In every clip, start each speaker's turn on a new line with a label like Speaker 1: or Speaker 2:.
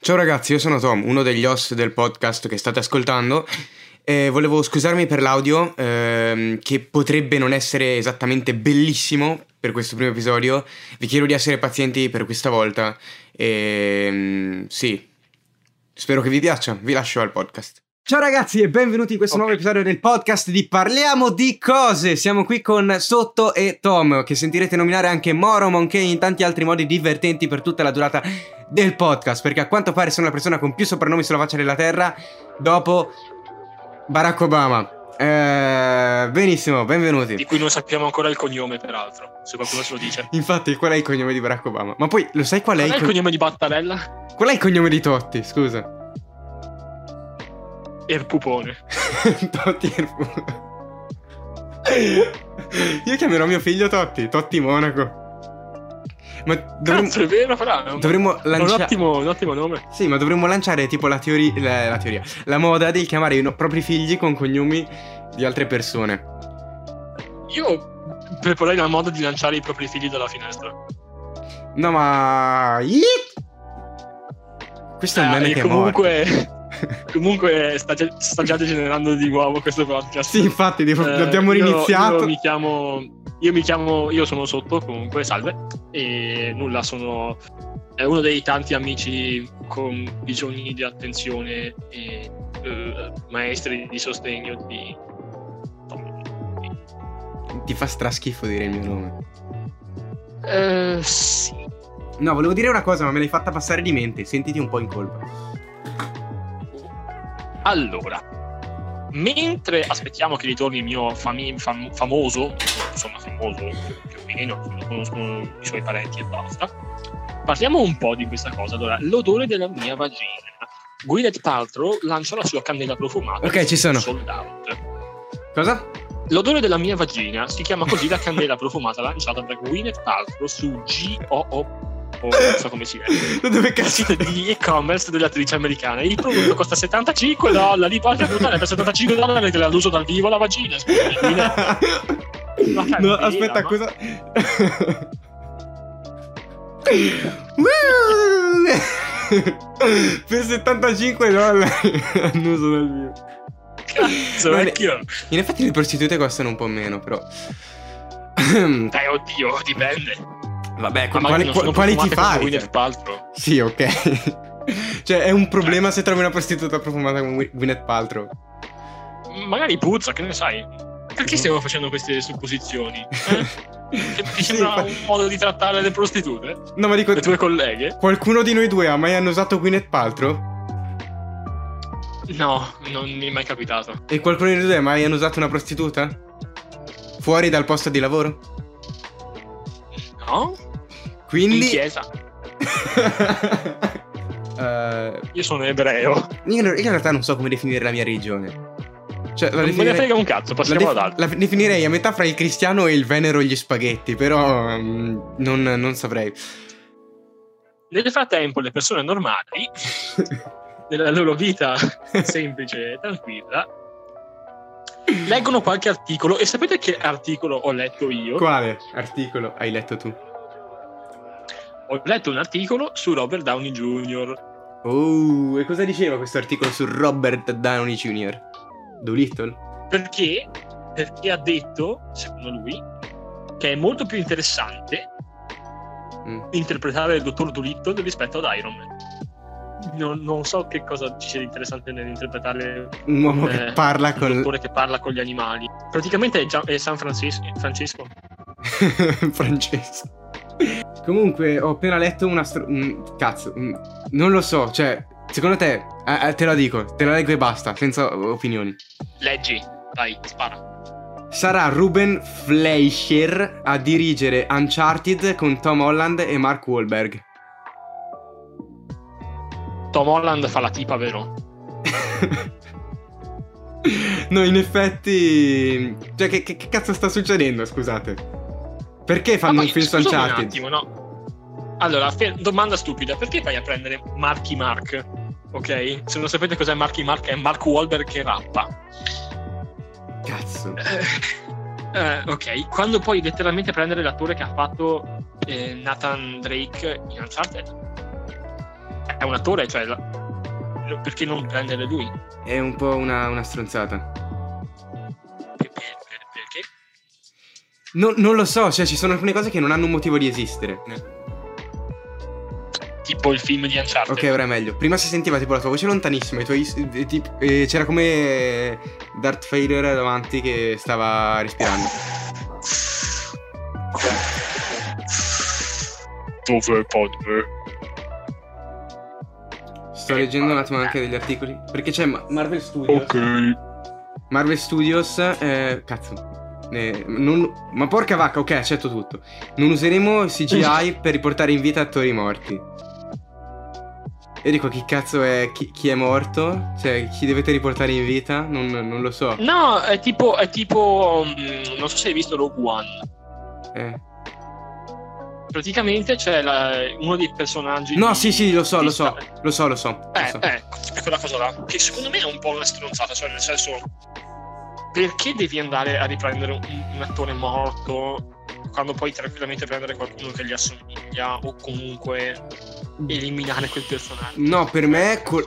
Speaker 1: Ciao ragazzi, io sono Tom, uno degli host del podcast che state ascoltando. Eh, volevo scusarmi per l'audio, ehm, che potrebbe non essere esattamente bellissimo per questo primo episodio. Vi chiedo di essere pazienti per questa volta. Ehm, sì, spero che vi piaccia. Vi lascio al podcast.
Speaker 2: Ciao ragazzi e benvenuti in questo nuovo episodio del podcast di Parliamo di cose. Siamo qui con Sotto e Tom, che sentirete nominare anche Moro, Monkey in tanti altri modi divertenti per tutta la durata del podcast, perché a quanto pare sono la persona con più soprannomi sulla faccia della Terra dopo Barack Obama. Eh, benissimo,
Speaker 3: di
Speaker 1: benvenuti.
Speaker 3: cui non sappiamo ancora il cognome, peraltro. Se qualcuno ce lo dice.
Speaker 1: Infatti, qual è il cognome di Barack Obama? Ma poi lo sai qual è,
Speaker 3: Qual è
Speaker 1: il,
Speaker 3: il
Speaker 1: co-
Speaker 3: cognome di Battarella?
Speaker 1: qual è il cognome di Totti? Scusa.
Speaker 3: E il pupone.
Speaker 1: Totti è il fu- Io chiamerò mio figlio Totti, Totti Monaco. Ma dovremmo,
Speaker 3: Cazzo, è vero, fra. è un-
Speaker 1: dovremmo
Speaker 3: è un,
Speaker 1: lanciare.
Speaker 3: ottimo, un ottimo nome.
Speaker 1: Sì, ma dovremmo lanciare tipo la, teori- la, la teoria. La moda di chiamare i no- propri figli con cognomi di altre persone.
Speaker 3: Io proporrei la moda di lanciare i propri figli dalla finestra.
Speaker 1: No, ma. Yeet! Questo è un
Speaker 3: Eh,
Speaker 1: meme
Speaker 3: e
Speaker 1: che è
Speaker 3: comunque,
Speaker 1: morto.
Speaker 3: comunque sta, già, sta già degenerando di nuovo questo podcast.
Speaker 1: sì, infatti, tipo,
Speaker 3: Eh,
Speaker 1: abbiamo
Speaker 3: io-
Speaker 1: riniziato.
Speaker 3: Io mi chiamo. Io mi chiamo. Io sono sotto, comunque, salve. E nulla, sono. È uno dei tanti amici con bisogni di attenzione e eh, maestri di sostegno di.
Speaker 1: Ti fa straschifo dire il mio nome.
Speaker 3: Eh, sì.
Speaker 1: No, volevo dire una cosa, ma me l'hai fatta passare di mente. Sentiti un po' in colpa.
Speaker 3: Allora, mentre aspettiamo che ritorni il mio fami- fam- famoso, insomma famoso più o meno, lo conoscono i suoi parenti e basta, parliamo un po' di questa cosa. Allora, l'odore della mia vagina. Gwyneth Paltrow lancia la sua candela profumata.
Speaker 1: Ok, ci sono.
Speaker 3: Sold out.
Speaker 1: Cosa?
Speaker 3: L'odore della mia vagina si chiama così la candela profumata lanciata da Gwyneth Paltrow su GOO. O non so come si legge.
Speaker 1: Da dove
Speaker 3: il
Speaker 1: cazzo?
Speaker 3: sito di e-commerce dell'attrice americana. Il prodotto costa 75 dollari, porca puttana, per 75 dollari te la uso dal vivo la vagina. scusami, quindi- La candela,
Speaker 1: no, aspetta,
Speaker 3: ma-
Speaker 1: cosa? Woo! per 75 dollari annuso dal mio.
Speaker 3: Cazzo,
Speaker 1: Bene.
Speaker 3: vecchio.
Speaker 1: In effetti le prostitute costano un po' meno, però.
Speaker 3: Dai, Eh, oddio, dipende.
Speaker 1: Vabbè,
Speaker 3: Ma
Speaker 1: quali,
Speaker 3: non sono
Speaker 1: quali, quali ti
Speaker 3: profumate come
Speaker 1: fai?
Speaker 3: Gwyneth Paltrow.
Speaker 1: Sì, ok. cioè, è un problema se trovi una prostituta profumata come Gwyneth Paltrow.
Speaker 3: Magari puzza, che ne sai?
Speaker 1: Mm.
Speaker 3: Perché stiamo facendo queste supposizioni? Eh? Che Ti
Speaker 1: Sì,
Speaker 3: sembra
Speaker 1: fa-
Speaker 3: un modo di trattare le prostitute?
Speaker 1: No, ma dico,
Speaker 3: Le tue colleghe?
Speaker 1: qualcuno di noi due ha mai annusato Gwyneth Paltrow?
Speaker 3: No, non mi è mai capitato.
Speaker 1: E qualcuno di noi due ha mai annusato una prostituta? Fuori dal posto di lavoro?
Speaker 3: No? In
Speaker 1: Quindi...
Speaker 3: chiesa.
Speaker 1: Eh,
Speaker 3: Io sono ebreo.
Speaker 1: io, io in realtà non so come definire la mia religione. Cioè, la
Speaker 3: Non me ne
Speaker 1: definirei,
Speaker 3: frega un cazzo,
Speaker 1: la
Speaker 3: passiamo
Speaker 1: def-
Speaker 3: ad altro.
Speaker 1: la definirei a metà fra il cristiano e il venero e gli spaghetti, però mm, non, non saprei.
Speaker 3: Nel frattempo, le persone normali, nella loro vita semplice e tranquilla, leggono qualche articolo. E sapete che articolo ho letto io?
Speaker 1: Quale articolo hai letto tu?
Speaker 3: Ho letto un articolo su Robert Downey Jr.
Speaker 1: Oh, e cosa diceva questo articolo su Robert Downey Jr.? Doolittle?
Speaker 3: Perché? Perché ha detto, secondo lui, che è molto più interessante
Speaker 1: Mm.
Speaker 3: interpretare il dottor Dolittle rispetto ad Iron Man. Non, non so che cosa ci sia di interessante nell'interpretare
Speaker 1: Un uomo che
Speaker 3: Eh,
Speaker 1: parla
Speaker 3: un
Speaker 1: con...
Speaker 3: dottore che parla con gli animali. Praticamente è, Gian- è San Francis- Francesco.
Speaker 1: Francesco. Comunque, ho appena letto una. stro- mm, cazzo, mm, non lo so. Cioè, secondo te, eh, eh, te la dico, te la leggo e basta, senza opinioni.
Speaker 3: Leggi, dai, spara.
Speaker 1: Sarà Ruben Fleischer a dirigere Uncharted con Tom Holland e Mark Wahlberg.
Speaker 3: Tom Holland fa la tipa, vero?
Speaker 1: no, in effetti. Cioè, che, che- che cazzo sta succedendo? Scusate. Perché fanno
Speaker 3: Ah, Ma
Speaker 1: un
Speaker 3: poi,
Speaker 1: film su
Speaker 3: scusami un
Speaker 1: Uncharted?
Speaker 3: attimo, no? Allora, fer- domanda stupida, perché vai a prendere Marky Mark? Ok? Se non sapete cos'è Marky Mark, è Mark Wahlberg che rappa.
Speaker 1: Cazzo.
Speaker 3: Eh, eh, ok, quando puoi letteralmente prendere l'attore che ha fatto eh, Nathan Drake in Uncharted? è un attore, cioè la- lo- perché non prendere lui? Per-
Speaker 1: È un po' una, una stronzata.
Speaker 3: per- per- perché?
Speaker 1: Non- non lo so, cioè ci sono alcune cose che non hanno un motivo di esistere.
Speaker 3: Tipo il film di Uncharted.
Speaker 1: Ok, ora è meglio. Prima si sentiva tipo la tua voce lontanissima, i tuoi, eh, ti- eh, c'era come Darth Vader davanti che stava respirando.
Speaker 3: Dove Podme?
Speaker 1: Sto leggendo un attimo anche degli articoli. Perché c'è Ma- Marvel
Speaker 3: Oh.
Speaker 1: Studios. Marvel Studios. eh, cazzo. Eh, non- ma porca vacca, ok, accetto tutto. Non useremo CGI per riportare in vita attori morti. Io dico chi cazzo è chi, chi è morto? Cioè, chi dovete riportare in vita? Non, non lo so.
Speaker 3: No, è tipo, è tipo mm, non so se hai visto Rogue One.
Speaker 1: Eh.
Speaker 3: Praticamente c'è la- uno dei personaggi.
Speaker 1: No,
Speaker 3: di-
Speaker 1: sì, sì, lo so,
Speaker 3: di
Speaker 1: lo so.
Speaker 3: Star-
Speaker 1: Lo so, lo so. lo
Speaker 3: Eh,
Speaker 1: so.
Speaker 3: eh, è quella cosa là. Che secondo me è un po' una stronzata, cioè nel senso. Perché devi andare a riprendere un, un attore morto quando puoi tranquillamente prendere qualcuno che gli assomiglia o comunque eliminare quel personaggio? Cioè,
Speaker 1: No, per me col-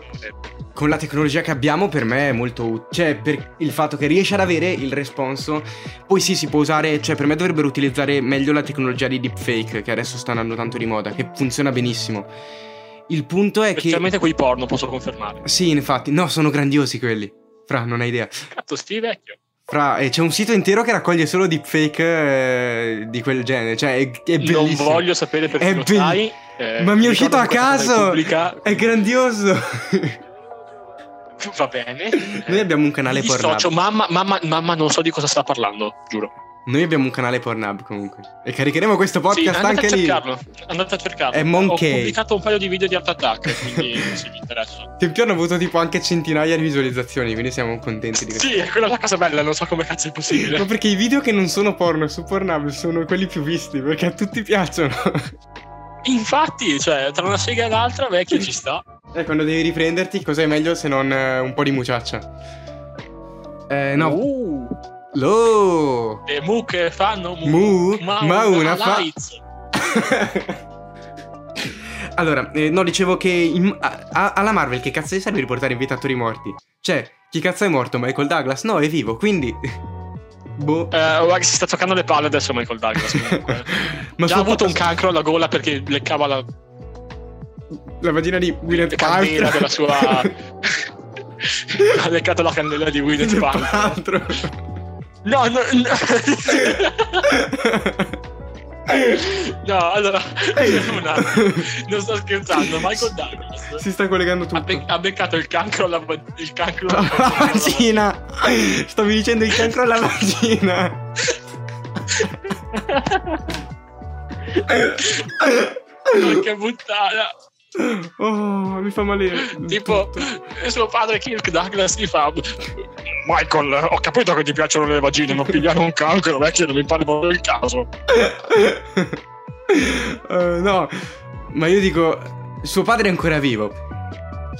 Speaker 1: con la tecnologia che abbiamo per me è molto utile. Cioè, per il fatto che riesce ad avere il responso. Poi sì, si può usare. Cioè, per me dovrebbero utilizzare meglio la tecnologia di deepfake, che adesso sta andando tanto di moda, che funziona benissimo. Il punto è che.
Speaker 3: Specialmente quei porno, posso confermare.
Speaker 1: Sì, infatti. No, sono grandiosi quelli. Fra, non hai idea.
Speaker 3: Cazzo, sti vecchio.
Speaker 1: Fra, eh, c'è un sito intero che raccoglie solo deepfake eh, di quel genere. Cioè, è, è bellissimo.
Speaker 3: Non voglio sapere perché
Speaker 1: È
Speaker 3: lo
Speaker 1: belli-
Speaker 3: sai. eh,
Speaker 1: Ma mi è uscito
Speaker 3: ricordo
Speaker 1: a
Speaker 3: che questa cosa
Speaker 1: caso!
Speaker 3: Repubblica-
Speaker 1: È grandioso.
Speaker 3: Va bene.
Speaker 1: Noi abbiamo un canale
Speaker 3: Mi
Speaker 1: Pornhub.
Speaker 3: dissocio. mamma, mamma, mamma, non so di cosa sta parlando, giuro.
Speaker 1: Noi abbiamo un canale Pornhub comunque. E caricheremo questo
Speaker 3: Sì,
Speaker 1: podcast
Speaker 3: andate
Speaker 1: anche
Speaker 3: a
Speaker 1: lì.
Speaker 3: cercarlo. Andate a cercarlo.
Speaker 1: È Monkey.
Speaker 3: Ho pubblicato un paio di video di Art Attack, quindi se vi interessa.
Speaker 1: Che in più hanno avuto tipo anche centinaia di visualizzazioni, quindi siamo contenti di questo.
Speaker 3: Sì, è quella la cosa bella, non so come cazzo è possibile.
Speaker 1: Ma perché i video che non sono porno su Pornhub sono quelli più visti, perché a tutti piacciono.
Speaker 3: Infatti, cioè, tra una sega e l'altra, vecchio ci sta.
Speaker 1: e Eh, quando devi riprenderti, cos'è meglio se non eh, un po' di muciaccia? Eh no.
Speaker 3: Uh,
Speaker 1: Lo!
Speaker 3: le mucche fanno mu,
Speaker 1: Mu, ma una fa-
Speaker 3: lights.
Speaker 1: allora, eh, no, dicevo che in- a- a- alla Marvel che cazzo gli serve riportare in vita attori morti? Cioè, chi cazzo è morto? Michael Douglas? No, è vivo, quindi... boh.
Speaker 3: Eh, guarda, si sta toccando le palle adesso Michael Douglas. Comunque.
Speaker 1: Ma
Speaker 3: Eh, Già ha
Speaker 1: sono-
Speaker 3: avuto un cancro alla gola perché leccava la
Speaker 1: La vagina di Gwyneth
Speaker 3: candela
Speaker 1: Paltrow.
Speaker 3: della sua. ha leccato la candela di Gwyneth Paltrow. No, no, no. no, allora, un attimo. non sto scherzando. Michael Douglas
Speaker 1: Si sta collegando
Speaker 3: ha,
Speaker 1: tutto.
Speaker 3: be- ha beccato il cancro alla va- il cancro alla
Speaker 1: La vagina! Stavi dicendo il cancro alla vagina!
Speaker 3: Porca puttana.
Speaker 1: Oh, mi fa male.
Speaker 3: Tipo, suo padre Kirk Douglas gli fa. Michael, ho capito che ti piacciono le vagine, ma pigliare un cancro, vecchio, non mi pare proprio il caso.
Speaker 1: Eh, no, ma io dico, suo padre è ancora vivo.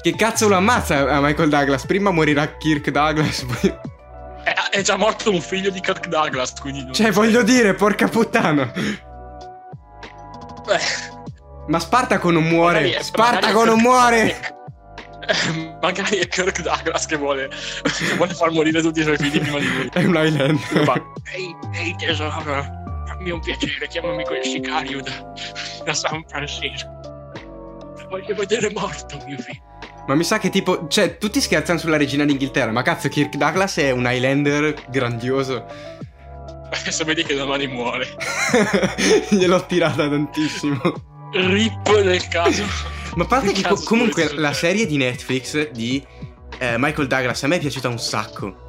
Speaker 1: Che cazzo lo ammazza a Michael Douglas? Prima morirà Kirk Douglas. poi-
Speaker 3: È, Eh, è già morto un figlio di Kirk Douglas, quindi. non-
Speaker 1: Cioè, voglio dire, porca puttana.
Speaker 3: Beh.
Speaker 1: Ma Spartaco non
Speaker 3: Eh, Magari
Speaker 1: muore.
Speaker 3: è-
Speaker 1: Spartaco
Speaker 3: magari è
Speaker 1: non
Speaker 3: Kirk-
Speaker 1: muore.
Speaker 3: Eh, Magari è Kirk Douglas che vuole, che vuole far morire tutti i suoi figli prima di lui.
Speaker 1: È un island.
Speaker 3: Fa, Ehi, ehi tesoro, fammi un piacere, chiamami quel sicario da, da San Francisco. Voglio vedere morto mio figlio.
Speaker 1: Ma mi sa che tipo, cioè, tutti scherzano sulla regina d'Inghilterra, ma cazzo Kirk Douglas è un Highlander grandioso.
Speaker 3: Adesso vedi che domani muore.
Speaker 1: Gliel'ho tirata tantissimo.
Speaker 3: Rip nel caso.
Speaker 1: Ma a parte che co-
Speaker 3: Cazzo,
Speaker 1: comunque
Speaker 3: questo
Speaker 1: la
Speaker 3: succede.
Speaker 1: serie di Netflix di eh, Michael Douglas a me è piaciuta un sacco.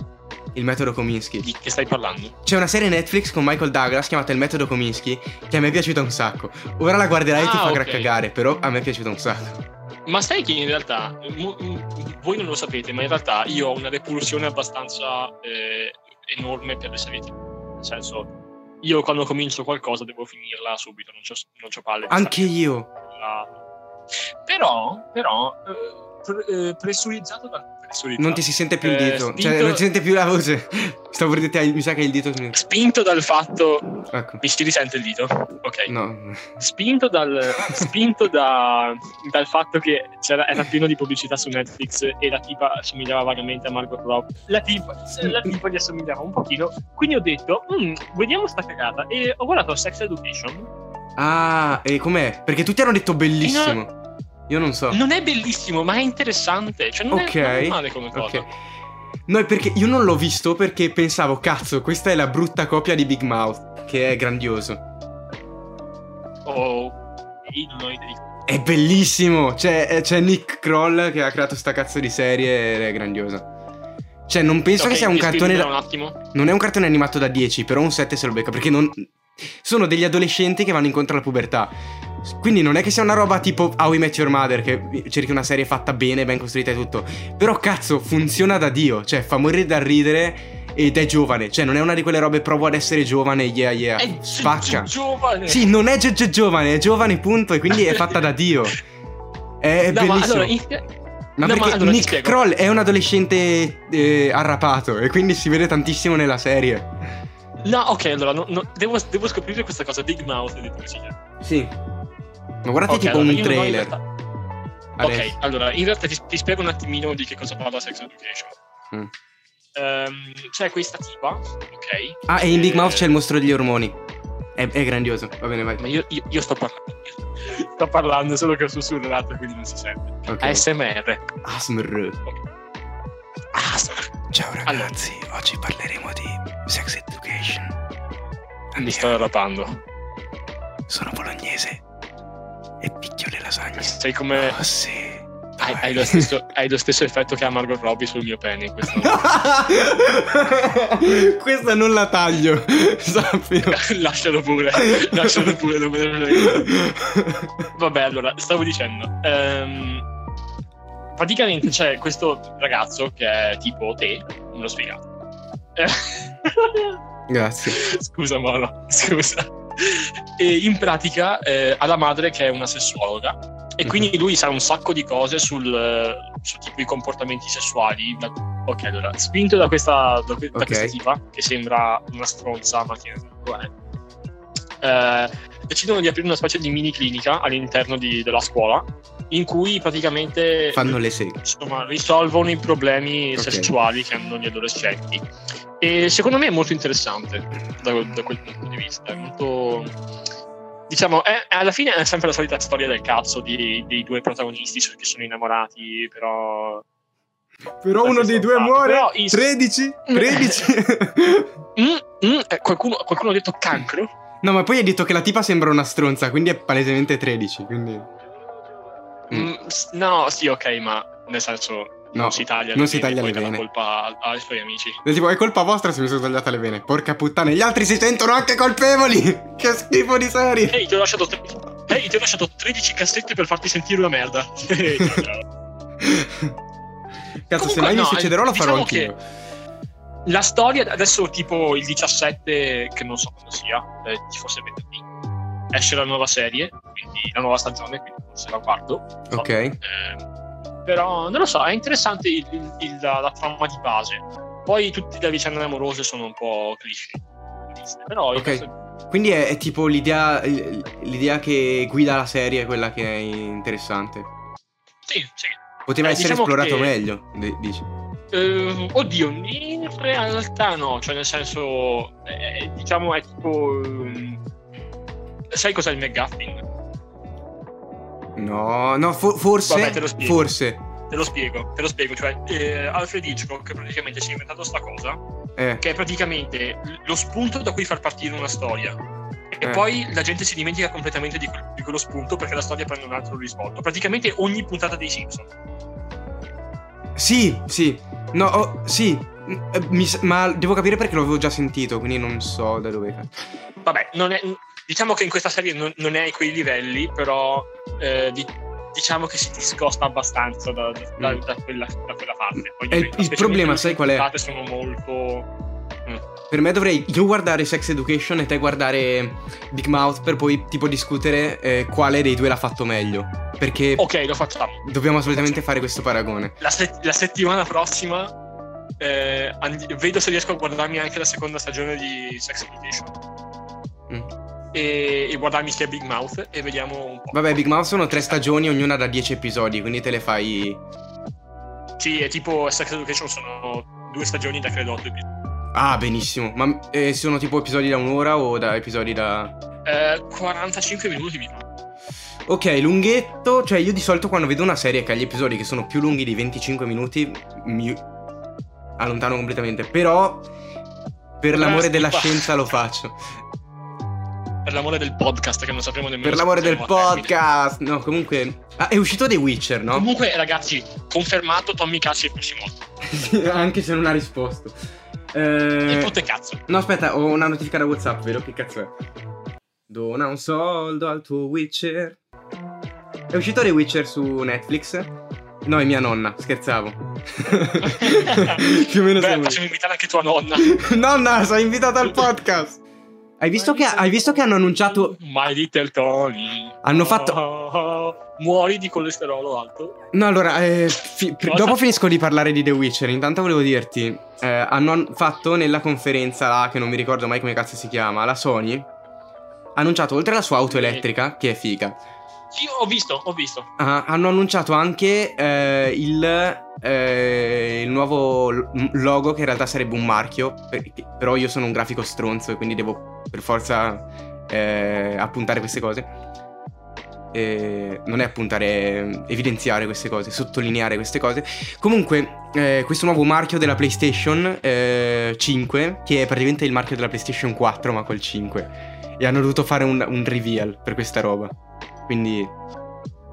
Speaker 1: Il metodo Kominsky.
Speaker 3: Di che stai parlando?
Speaker 1: C'è una serie Netflix con Michael Douglas chiamata Il metodo Kominsky che a me è piaciuta un sacco. Ora la guarderai e ti
Speaker 3: Ah,
Speaker 1: fa
Speaker 3: ok.
Speaker 1: cagare, però a me è piaciuta un sacco.
Speaker 3: Ma sai che in realtà, mo- m- voi non lo sapete, ma in realtà io ho una repulsione abbastanza eh, enorme per le serie TV. Nel senso, io quando comincio qualcosa devo finirla subito, non c'ho, non c'ho palle. di
Speaker 1: Anche
Speaker 3: stare
Speaker 1: io.
Speaker 3: là. Cioè, Però, però, eh, pre- eh, pressurizzato da... pressurizzato.
Speaker 1: Non ti si sente più il
Speaker 3: Eh,
Speaker 1: dito, cioè
Speaker 3: spinto-
Speaker 1: non ti sente più la voce. Stavo per dirti, hai- mi sa che hai il dito. smesso.
Speaker 3: Spinto dal fatto...
Speaker 1: Ecco,
Speaker 3: Mi si risente il dito? Ok.
Speaker 1: no.
Speaker 3: Spinto, dal, spinto da- dal fatto che c'era, era pieno di pubblicità su Netflix e la tipa assomigliava vagamente a Margot Robbie. La tipa, la tipa gli assomigliava un pochino. Quindi ho detto, "Mm, vediamo sta cagata. E ho guardato Sex Education.
Speaker 1: Ah, e com'è? Perché tutti hanno detto bellissimo. Io non so.
Speaker 3: Non è bellissimo, ma è interessante. Cioè, non
Speaker 1: Ok.
Speaker 3: è non è male come cosa.
Speaker 1: Ok. No, è perché io non l'ho visto perché pensavo, cazzo, questa è la brutta copia di Big Mouth, che è grandioso.
Speaker 3: Oh, io non ho idea di-
Speaker 1: È bellissimo! C'è, eh, c'è Nick Kroll che ha creato sta cazzo di serie ed è grandiosa. Cioè, non penso
Speaker 3: Ok,
Speaker 1: che sia un
Speaker 3: mi
Speaker 1: cartone...
Speaker 3: spingo
Speaker 1: da-
Speaker 3: un attimo.
Speaker 1: Non è un cartone animato da 10, però un 7 se lo becca, perché non... Sono degli adolescenti che vanno incontro alla pubertà. Quindi non è che sia una roba tipo How I Met Your Mother, che cerchi una serie fatta bene, ben costruita e tutto. Però cazzo, funziona da Dio, cioè fa morire dal ridere ed è giovane. Cioè non è una di quelle robe provo ad essere giovane, yeah yeah.
Speaker 3: È gi-
Speaker 1: Spacca.
Speaker 3: gi- giovane.
Speaker 1: Ah, Sì, non è gi- gi- giovane, è giovane punto e quindi è fatta da Dio. È
Speaker 3: No, ma
Speaker 1: bellissimo.
Speaker 3: allora, in-
Speaker 1: Ma
Speaker 3: No, ma
Speaker 1: perché
Speaker 3: allora ti
Speaker 1: Nick
Speaker 3: spiego.
Speaker 1: Kroll è un adolescente eh, arrapato e quindi si vede tantissimo nella serie.
Speaker 3: No, ok, allora no- no, devo, devo scoprire questa cosa. Big Mouth ha detto che si chiama.
Speaker 1: Sì. Ma guardate
Speaker 3: Ok,
Speaker 1: tipo
Speaker 3: allora,
Speaker 1: un
Speaker 3: io non ho in
Speaker 1: trailer.
Speaker 3: realtà-
Speaker 1: adesso.
Speaker 3: Ok, allora in realtà ti, ti spiego un attimino di che cosa parla Sex Education.
Speaker 1: Mm.
Speaker 3: Ehm, c'è questa tipa, ok?
Speaker 1: Ah, e in Big
Speaker 3: Eh,
Speaker 1: Mouth c'è il mostro degli ormoni. È, è grandioso. Va bene, vai.
Speaker 3: Ma io, io- io sto parlando. sto parlando, solo che ho sussurrato, quindi non si sente.
Speaker 1: Ok.
Speaker 3: ASMR.
Speaker 1: ASMR.
Speaker 3: Ah, sta-
Speaker 1: Ciao
Speaker 3: ragazzi,
Speaker 1: oggi parleremo di sex education.
Speaker 3: mi sto rapando.
Speaker 1: Sono bolognese e picchio le lasagne. Ah,
Speaker 3: Sei come.
Speaker 1: sì.
Speaker 3: Hai, hai lo stesso, hai lo stesso effetto che ha Margot Robbie sul mio pene. in questo momento.
Speaker 1: Questa non la taglio, sappio.
Speaker 3: lascialo pure, lascialo pure, non me ne frega. Vabbè, allora, stavo dicendo. ehm, praticamente c'è questo ragazzo che è tipo te, uno sfigato. Eh,
Speaker 1: Grazie.
Speaker 3: scusa, Moro, scusa. E in pratica eh, ha la madre che è una sessuologa
Speaker 1: Mhm.
Speaker 3: e quindi lui sa un sacco di cose sul, eh, su tipo i comportamenti sessuali. Da- ok, allora, spinto da questa, da, que- da
Speaker 1: Ok.
Speaker 3: questa tipa, che sembra una stronza, ma che lo è, eh, decidono di aprire una specie di mini clinica all'interno di- della scuola in cui praticamente
Speaker 1: Fanno le seghe.
Speaker 3: insomma, risolvono i problemi
Speaker 1: Ok.
Speaker 3: sessuali che hanno gli adolescenti. E secondo me è molto interessante da, da quel punto di vista. È molto. Diciamo, è- alla fine è sempre la solita storia del cazzo di- dei due protagonisti cioè che sono innamorati, però.
Speaker 1: Però
Speaker 3: uno dei due muore. Però in-
Speaker 1: 13?
Speaker 3: 13? Mm, mm, eh, qualcuno, qualcuno ha detto cancro?
Speaker 1: no, ma poi hai detto che la tipa sembra una stronza, quindi è palesemente 13. Quindi. Mm.
Speaker 3: Mm, s- no, sì, ok, ma nel senso.
Speaker 1: No.
Speaker 3: non si taglia
Speaker 1: non
Speaker 3: le
Speaker 1: si
Speaker 3: vene,
Speaker 1: taglia
Speaker 3: poi
Speaker 1: le
Speaker 3: dà la
Speaker 1: vene.
Speaker 3: colpa a- ai suoi amici.
Speaker 1: E Tipo, è colpa vostra se mi sono tagliata le vene. Porca puttana, gli altri si sentono anche colpevoli. che schifo di serie.
Speaker 3: Ehi, ti ho lasciato, tre- ehi, ti ho lasciato 13 cassetti per farti sentire una merda.
Speaker 1: Cazzo,
Speaker 3: Comunque,
Speaker 1: se mai
Speaker 3: no,
Speaker 1: mi succederò lo farò
Speaker 3: diciamo
Speaker 1: anch'io.
Speaker 3: La storia, adesso tipo il 17, che non so quando sia, eh, ci fosse venerdì, esce la nuova serie, quindi la nuova stagione, quindi forse la guardo. non so.
Speaker 1: Ok.
Speaker 3: Eh, però non lo so, è interessante il- il- il- la, la trama di base. Poi tutte le vicende amorose sono un po' cliché. Però io
Speaker 1: Ok.
Speaker 3: penso-
Speaker 1: Quindi è, è tipo l'idea, l'idea che guida la serie è quella che è interessante.
Speaker 3: sì, sì.
Speaker 1: Poteva
Speaker 3: Eh,
Speaker 1: essere
Speaker 3: diciamo
Speaker 1: esplorato
Speaker 3: che-
Speaker 1: meglio, di- dici.
Speaker 3: Eh, oddio, in realtà no, cioè nel senso, eh, diciamo è tipo... ehm, sai cos'è il McGuffin?
Speaker 1: No, no, fo- forse.
Speaker 3: Vabbè, te lo spiego.
Speaker 1: forse.
Speaker 3: Te lo spiego, te lo spiego, cioè eh, Alfred Hitchcock praticamente si è inventato sta cosa,
Speaker 1: Eh,
Speaker 3: che è praticamente l- lo spunto da cui far partire una storia. E
Speaker 1: Eh.
Speaker 3: poi la gente si dimentica completamente di, quel- di quello spunto perché la storia prende un altro risvolto. Praticamente ogni puntata dei Simpson.
Speaker 1: Sì, sì. No, oh, sì. Mm, eh, mi sa- ma devo capire perché l'avevo già sentito, quindi non so da dove. cazzo.
Speaker 3: Vabbè, non è- diciamo che in questa serie non, non è ai quei livelli, però eh, di- diciamo che si discosta abbastanza da, da-
Speaker 1: Mm.
Speaker 3: da quella, da quella parte. Poi,
Speaker 1: È Eh, il-
Speaker 3: ovviamente,
Speaker 1: il
Speaker 3: specialmente
Speaker 1: problema,
Speaker 3: le
Speaker 1: sai qual è?
Speaker 3: puntate Sono molto... mm.
Speaker 1: Per me dovrei io guardare Sex Education e te guardare Big Mouth per poi tipo discutere eh, quale dei due l'ha fatto meglio. Perché
Speaker 3: Ok, lo facciamo.
Speaker 1: dobbiamo assolutamente fare questo paragone.
Speaker 3: La, se- la settimana prossima eh, andi- vedo se riesco a guardarmi anche la seconda stagione di Sex Education
Speaker 1: Mm.
Speaker 3: e, e guardarmi chi è Big Mouth e vediamo un po'.
Speaker 1: Vabbè, Big Mouth sono tre stagioni, ognuna da 10 episodi, quindi te le fai.
Speaker 3: Sì, è tipo Sex Education sono due stagioni da credo otto episodi.
Speaker 1: Ah, benissimo. Ma eh, sono tipo episodi da un'ora o da episodi da.
Speaker 3: Eh, 45 minuti mi fa.
Speaker 1: Ok, lunghetto. Cioè, io di solito quando vedo una serie che ha gli episodi che sono più lunghi di 25 minuti, mi allontano completamente. Però, per
Speaker 3: Ah,
Speaker 1: l'amore della
Speaker 3: schifo.
Speaker 1: scienza lo faccio.
Speaker 3: Per l'amore del podcast, che non sapremo nemmeno.
Speaker 1: Per
Speaker 3: se
Speaker 1: l'amore del
Speaker 3: porteremo a termine.
Speaker 1: podcast. No, comunque. Ah, è uscito The Witcher, no?
Speaker 3: Comunque, ragazzi, confermato Tommy Cazzo e prossimo.
Speaker 1: Anche se non ha risposto.
Speaker 3: E
Speaker 1: Eh...
Speaker 3: tutte cazzo.
Speaker 1: No, aspetta, ho una notifica da WhatsApp, vedo che cazzo è. Dona un soldo al tuo Witcher. È uscito The Witcher su Netflix? No, è mia nonna, scherzavo. Più o meno
Speaker 3: Beh,
Speaker 1: siamo lì.
Speaker 3: facciamo invitare anche tua nonna.
Speaker 1: Nonna, sei invitata al podcast. Hai visto, che, hai visto che hanno annunciato.
Speaker 3: My Little Tony.
Speaker 1: Hanno fatto.
Speaker 3: Oh, muori di colesterolo alto.
Speaker 1: No, allora, eh, fi- pr-
Speaker 3: Cosa?
Speaker 1: dopo finisco di parlare di The Witcher. Intanto volevo dirti: eh, hanno an- fatto nella conferenza là, che non mi ricordo mai come cazzo si chiama, la Sony. Ha annunciato oltre alla sua auto
Speaker 3: Sì.
Speaker 1: elettrica, che è figa,
Speaker 3: Sì, ho visto, ho visto.
Speaker 1: Ah, hanno annunciato anche eh, il, eh, il nuovo l- logo che in realtà sarebbe un marchio, perché- però io sono un grafico stronzo e quindi devo per forza eh, appuntare queste cose. Eh, non è appuntare, eh, evidenziare queste cose, sottolineare queste cose. Comunque, eh, questo nuovo marchio della PlayStation eh, 5, che è praticamente il marchio della PlayStation 4, ma col 5. E hanno dovuto fare un, un reveal per questa roba. Quindi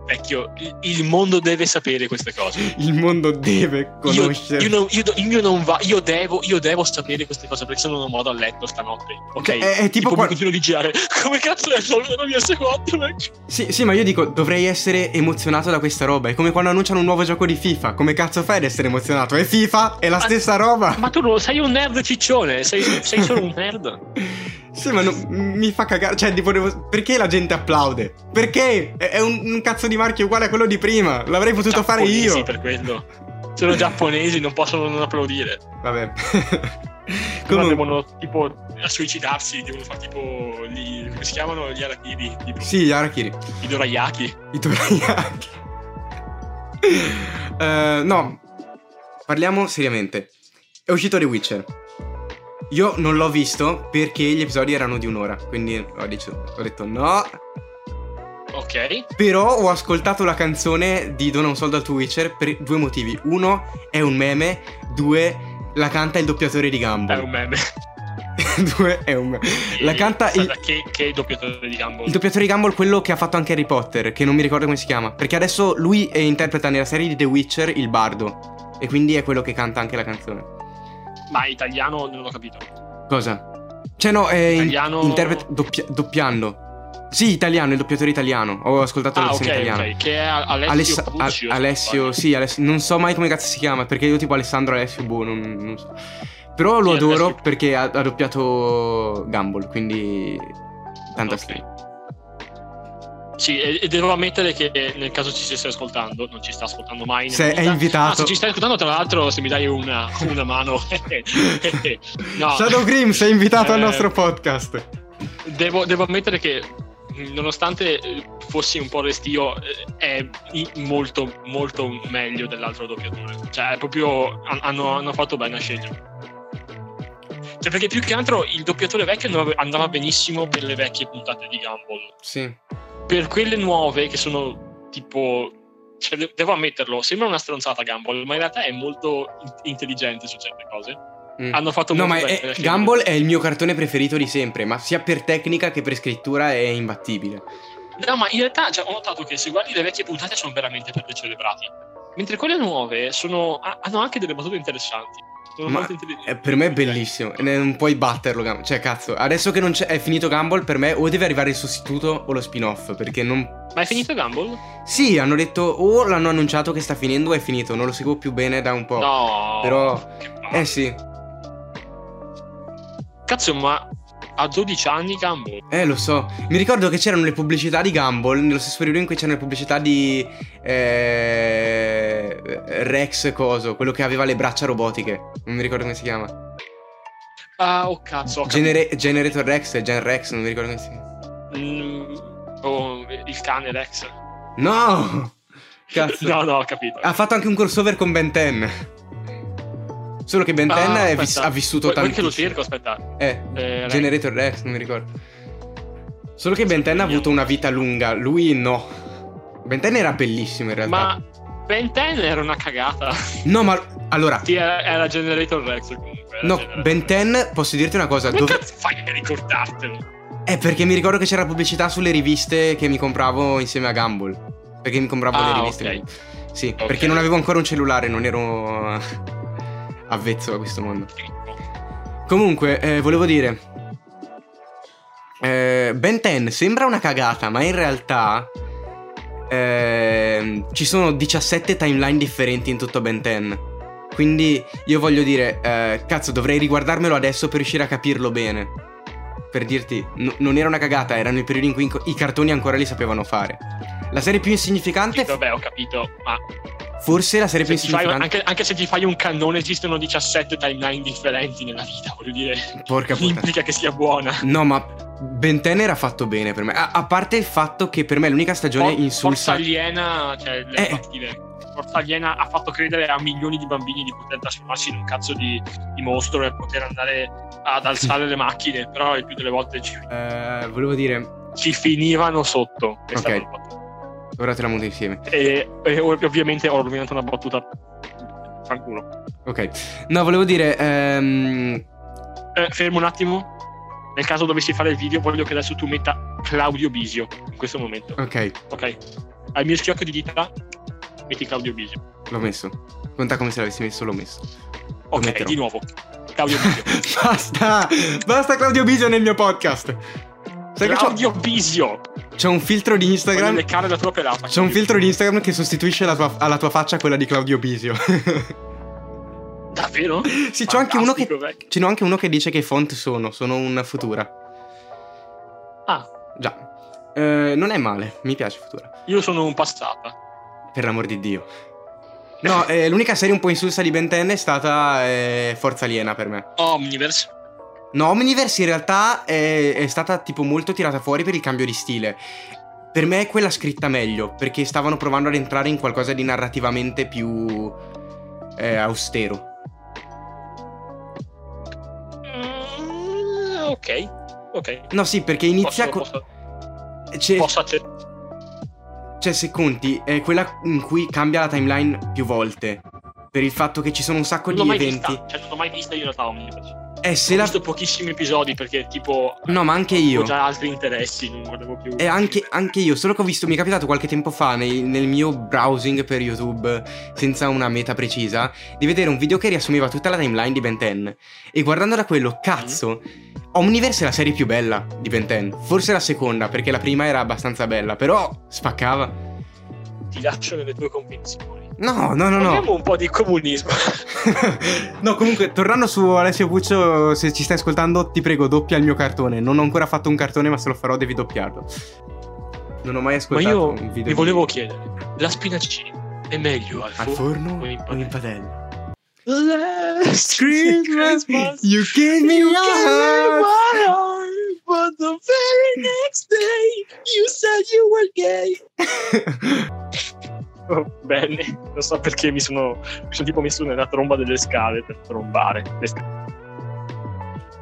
Speaker 3: Vecchio, il, il mondo deve sapere queste cose.
Speaker 1: il mondo deve
Speaker 3: Io,
Speaker 1: conoscere.
Speaker 3: io non, io do- io non va, io devo, io devo sapere queste cose perché se no non vado a letto stanotte. Ok?
Speaker 1: Cioè, è- è tipo
Speaker 3: tipo
Speaker 1: qua-
Speaker 3: mi continuo a girare. Come cazzo è solo la mia S4? vecchio?
Speaker 1: Sì, sì, ma io dico, dovrei essere emozionato da questa roba. È come quando annunciano un nuovo gioco di FIFA. Come cazzo fai ad essere emozionato? È FIFA? È la
Speaker 3: Ma-
Speaker 1: stessa roba?
Speaker 3: Ma tu non- sei un nerd ciccione, sei, sei solo un nerd.
Speaker 1: Sì, ma non- mi fa cagare. Cioè, tipo, devo- perché la gente applaude? Perché? È, è un, un cazzo di marchio uguale a quello di prima. L'avrei potuto fare
Speaker 3: Giapponesi
Speaker 1: io.
Speaker 3: per quello. Sono giapponesi, non possono non applaudire.
Speaker 1: Vabbè.
Speaker 3: Prima
Speaker 1: Comunque.
Speaker 3: devono tipo a suicidarsi, devono fare tipo gli, come si chiamano gli arachidi, tipo,
Speaker 1: Sì, Arakiri.
Speaker 3: i dorayaki.
Speaker 1: I Torayaki. Eh, no, parliamo seriamente. È uscito The Witcher. Io non l'ho visto perché gli episodi erano di un'ora, quindi ho, deciso- ho detto no.
Speaker 3: Ok.
Speaker 1: Però ho ascoltato la canzone di Dona un soldo al tuo Witcher per due motivi. Uno, è un meme. Due, la canta il doppiatore di
Speaker 3: È
Speaker 1: Gumball.
Speaker 3: un meme.
Speaker 1: due, è un meme. La canta il,
Speaker 3: Aspetta, che, che doppiatore di Gumball.
Speaker 1: Il doppiatore di Gumball, quello che ha fatto anche Harry Potter, che non mi ricordo come si chiama. Perché adesso lui eh, interpreta nella serie di The Witcher il bardo. E quindi è quello che canta anche la canzone.
Speaker 3: Ma italiano non ho capito.
Speaker 1: Cosa? Cioè, no, è in-
Speaker 3: Italiano-
Speaker 1: interpreta doppia- doppiando. Sì, italiano, il doppiatore italiano. Ho ascoltato la
Speaker 3: Ah, ok,
Speaker 1: versione italiana.
Speaker 3: ok. Che è Alessio
Speaker 1: Aless-
Speaker 3: Puccio,
Speaker 1: A- Alessio,
Speaker 3: se
Speaker 1: sì, Aless- non so mai come cazzo si chiama, perché io tipo Alessandro Alessio, boh, non, non so. Però lo
Speaker 3: Sì,
Speaker 1: adoro
Speaker 3: Alessio.
Speaker 1: perché ha, ha doppiato Gumball, quindi... Tanta
Speaker 3: Ok.
Speaker 1: stima.
Speaker 3: non sbaglio. Sì, e, e devo ammettere che eh, nel caso ci stessi ascoltando, non ci sta ascoltando mai.
Speaker 1: Se
Speaker 3: nella
Speaker 1: è
Speaker 3: vita. Ah,
Speaker 1: invitato.
Speaker 3: se ci stai ascoltando, tra l'altro, se mi dai una, una mano, No.
Speaker 1: Shadow Grim sei invitato al
Speaker 3: Eh.
Speaker 1: nostro podcast.
Speaker 3: Devo, devo ammettere che nonostante eh, fossi un po' restio eh, è i- molto molto meglio dell'altro doppiatore cioè è proprio han- hanno, hanno fatto bene a scegliere cioè perché più che altro il doppiatore vecchio andava- andava benissimo per le vecchie puntate di Gumball
Speaker 1: Sì.
Speaker 3: per quelle nuove che sono tipo cioè, de- devo ammetterlo sembra una stronzata Gumball ma in realtà è molto in- intelligente su certe cose
Speaker 1: Mm.
Speaker 3: hanno fatto
Speaker 1: No,
Speaker 3: molto
Speaker 1: ma
Speaker 3: bene
Speaker 1: è-
Speaker 3: le scelte.
Speaker 1: Gumball è il mio cartone preferito di sempre, ma sia per tecnica che per scrittura è imbattibile.
Speaker 3: No, ma in realtà cioè, ho notato che se guardi le vecchie puntate sono veramente tutte celebrati. Mentre quelle nuove sono, ha- hanno anche delle battute interessanti. Sono
Speaker 1: Ma
Speaker 3: molto intelligenti.
Speaker 1: Eh, per me è bellissimo, ne- non puoi batterlo. Gumball. Cioè, cazzo, adesso che non c'è, è finito Gumball, per me o deve arrivare il sostituto o lo spin-off, perché non...
Speaker 3: Ma è finito Gumball?
Speaker 1: Sì, hanno detto o l'hanno annunciato che sta finendo o è finito, non lo seguo più bene da un po'.
Speaker 3: no.
Speaker 1: Oh. Però...
Speaker 3: Che palle.
Speaker 1: Eh sì,
Speaker 3: Cazzo, ma a 12 anni Gumball.
Speaker 1: Eh, lo so. Mi ricordo che c'erano le pubblicità di Gumball, nello stesso periodo in cui c'erano le pubblicità di eh, Rex Coso, quello che aveva le braccia robotiche. Non mi ricordo come si chiama.
Speaker 3: Ah, oh cazzo. ho capito.
Speaker 1: Genere- Generator Rex, Gen Rex, non mi ricordo come si chiama.
Speaker 3: Mm, oh, il cane Rex.
Speaker 1: No! Cazzo.
Speaker 3: No, no, ho capito.
Speaker 1: Ha fatto anche un crossover con Ben 10. Solo che Ben 10
Speaker 3: Ah,
Speaker 1: è
Speaker 3: aspetta.
Speaker 1: vis- ha vissuto
Speaker 3: Vuoi- vuoi che
Speaker 1: tanto.
Speaker 3: lo cerco, aspetta.
Speaker 1: Eh,
Speaker 3: Eh, Rex.
Speaker 1: Generator Rex, non mi ricordo. Solo che Ben 10 ha
Speaker 3: Io-
Speaker 1: avuto una vita lunga, lui no. Ben 10 era bellissimo in realtà.
Speaker 3: Ma Ben 10 era una cagata.
Speaker 1: No, ma allora,
Speaker 3: Sì, era, era Generator Rex comunque. era
Speaker 1: no,
Speaker 3: Generator
Speaker 1: Ben
Speaker 3: Rex.
Speaker 1: 10 posso dirti una cosa,
Speaker 3: Come
Speaker 1: dove
Speaker 3: cazzo fai a ricordartelo?
Speaker 1: Eh, perché mi ricordo che c'era pubblicità sulle riviste che mi compravo insieme a Gumball. Perché mi compravo
Speaker 3: Ah,
Speaker 1: le riviste.
Speaker 3: ok.
Speaker 1: Sì,
Speaker 3: Ok.
Speaker 1: perché non avevo ancora un cellulare, non ero eh, avvezzo a questo mondo. Comunque, eh, volevo dire. eh, ben 10 sembra una cagata, ma in realtà. ehm, ci sono 17 timeline differenti in tutto Ben 10. Quindi io voglio dire, eh, cazzo, dovrei riguardarmelo adesso per riuscire a capirlo bene. Per dirti, no- non era una cagata, erano i periodi in cui inco- i cartoni ancora li sapevano fare. La serie più
Speaker 3: Sì,
Speaker 1: insignificante,
Speaker 3: vabbè, ho capito, ma
Speaker 1: forse la serie più
Speaker 3: se ti fai-
Speaker 1: insignificante.
Speaker 3: anche, anche se ti fai un cannone esistono 17 timeline differenti nella vita, voglio dire,
Speaker 1: Porca puttana.
Speaker 3: implica che sia buona.
Speaker 1: No, ma Ben 10 era fatto bene per me. A, a parte il fatto che per me l'unica stagione
Speaker 3: For- Forza
Speaker 1: insulsa.
Speaker 3: Aliena, cioè, le
Speaker 1: Eh.
Speaker 3: partite- Forza Aliena ha fatto credere a milioni di bambini di poter trasformarsi in un cazzo di, di mostro e poter andare ad alzare le macchine, però il più delle volte ci,
Speaker 1: Eh, volevo dire.
Speaker 3: ci finivano sotto. Questa
Speaker 1: Ok.
Speaker 3: è la battuta.
Speaker 1: Ora te la monto insieme.
Speaker 3: E, e ov- ovviamente ho rovinato una battuta. Fanculo.
Speaker 1: Ok. No, volevo dire. ehm,
Speaker 3: Eh, fermo un attimo. Nel caso dovessi fare il video, voglio che adesso tu metta Claudio Bisio in questo momento.
Speaker 1: ok,
Speaker 3: Ok. Al mio schiocco di dita metti Claudio Bisio.
Speaker 1: l'ho messo. Conta come se l'avessi messo, l'ho messo.
Speaker 3: Ok,
Speaker 1: metterò.
Speaker 3: di nuovo. Claudio Bisio.
Speaker 1: Basta! Basta Claudio Bisio nel mio podcast. Sai che c'ho-
Speaker 3: Claudio Bisio.
Speaker 1: c'è un filtro di
Speaker 3: Voglio
Speaker 1: Instagram.
Speaker 3: leccare la tua pelata.
Speaker 1: C'è un filtro di Instagram che sostituisce la tua- alla tua faccia quella di Claudio Bisio.
Speaker 3: Davvero?
Speaker 1: sì, c'ho anche uno che.
Speaker 3: Fantastico, vecchio.
Speaker 1: C'è anche uno che dice che i font sono, sono una futura.
Speaker 3: Ah,
Speaker 1: Già. Eh, non è male, mi piace futura.
Speaker 3: io sono un passata.
Speaker 1: Per l'amor di Dio. No, eh, l'unica serie un po' insulsa di Ben 10 è stata eh, Forza Aliena per me.
Speaker 3: Omniverse.
Speaker 1: No, Omniverse in realtà è, è stata tipo molto tirata fuori per il cambio di stile. Per me è quella scritta meglio, perché stavano provando ad entrare in qualcosa di narrativamente più eh, austero.
Speaker 3: Mm, ok. Ok.
Speaker 1: No, sì, perché inizia...
Speaker 3: Posso,
Speaker 1: co-
Speaker 3: posso-
Speaker 1: c'è-
Speaker 3: posso accettare.
Speaker 1: Cioè, se conti, è quella in cui cambia la timeline più volte. Per il fatto che ci sono un sacco
Speaker 3: Non
Speaker 1: di
Speaker 3: l'ho mai
Speaker 1: eventi.
Speaker 3: vista. Cioè, non l'ho mai vista io in realtà Omniverse.
Speaker 1: Eh, se
Speaker 3: Ho
Speaker 1: la.
Speaker 3: visto pochissimi episodi perché tipo
Speaker 1: No, ma anche
Speaker 3: ho
Speaker 1: io.
Speaker 3: già altri interessi, non guardavo più.
Speaker 1: E anche, anche io, solo che ho visto, mi è capitato qualche tempo fa nei- nel mio browsing per YouTube, senza una meta precisa, di vedere un video che riassumeva tutta la timeline di Ben 10. E guardando da quello, cazzo, Omniverse è la serie più bella di Ben 10. Forse la seconda, perché la prima era abbastanza bella, però spaccava.
Speaker 3: Ti lascio nelle tue convinzioni.
Speaker 1: No, no, no, no.
Speaker 3: Parliamo un po' di comunismo.
Speaker 1: no, comunque, tornando su Alessio Puccio, se ci stai ascoltando, ti prego, doppia il mio cartone. Non ho ancora fatto un cartone, ma se lo farò devi doppiarlo. Non ho mai
Speaker 3: Ma
Speaker 1: ascoltato
Speaker 3: io
Speaker 1: un video.
Speaker 3: vi
Speaker 1: di-
Speaker 3: volevo chiedere, la spinacina è meglio al,
Speaker 1: Al
Speaker 3: forno?
Speaker 1: forno
Speaker 3: o in
Speaker 1: o in padella?
Speaker 3: Last Christmas,
Speaker 1: you gave me
Speaker 3: you
Speaker 1: your
Speaker 3: gave me
Speaker 1: heart.
Speaker 3: my heart, but the very next day you said you were gay. Oh, bene, non so perché mi sono, mi sono tipo messo nella tromba delle scale per trombare. Le scale.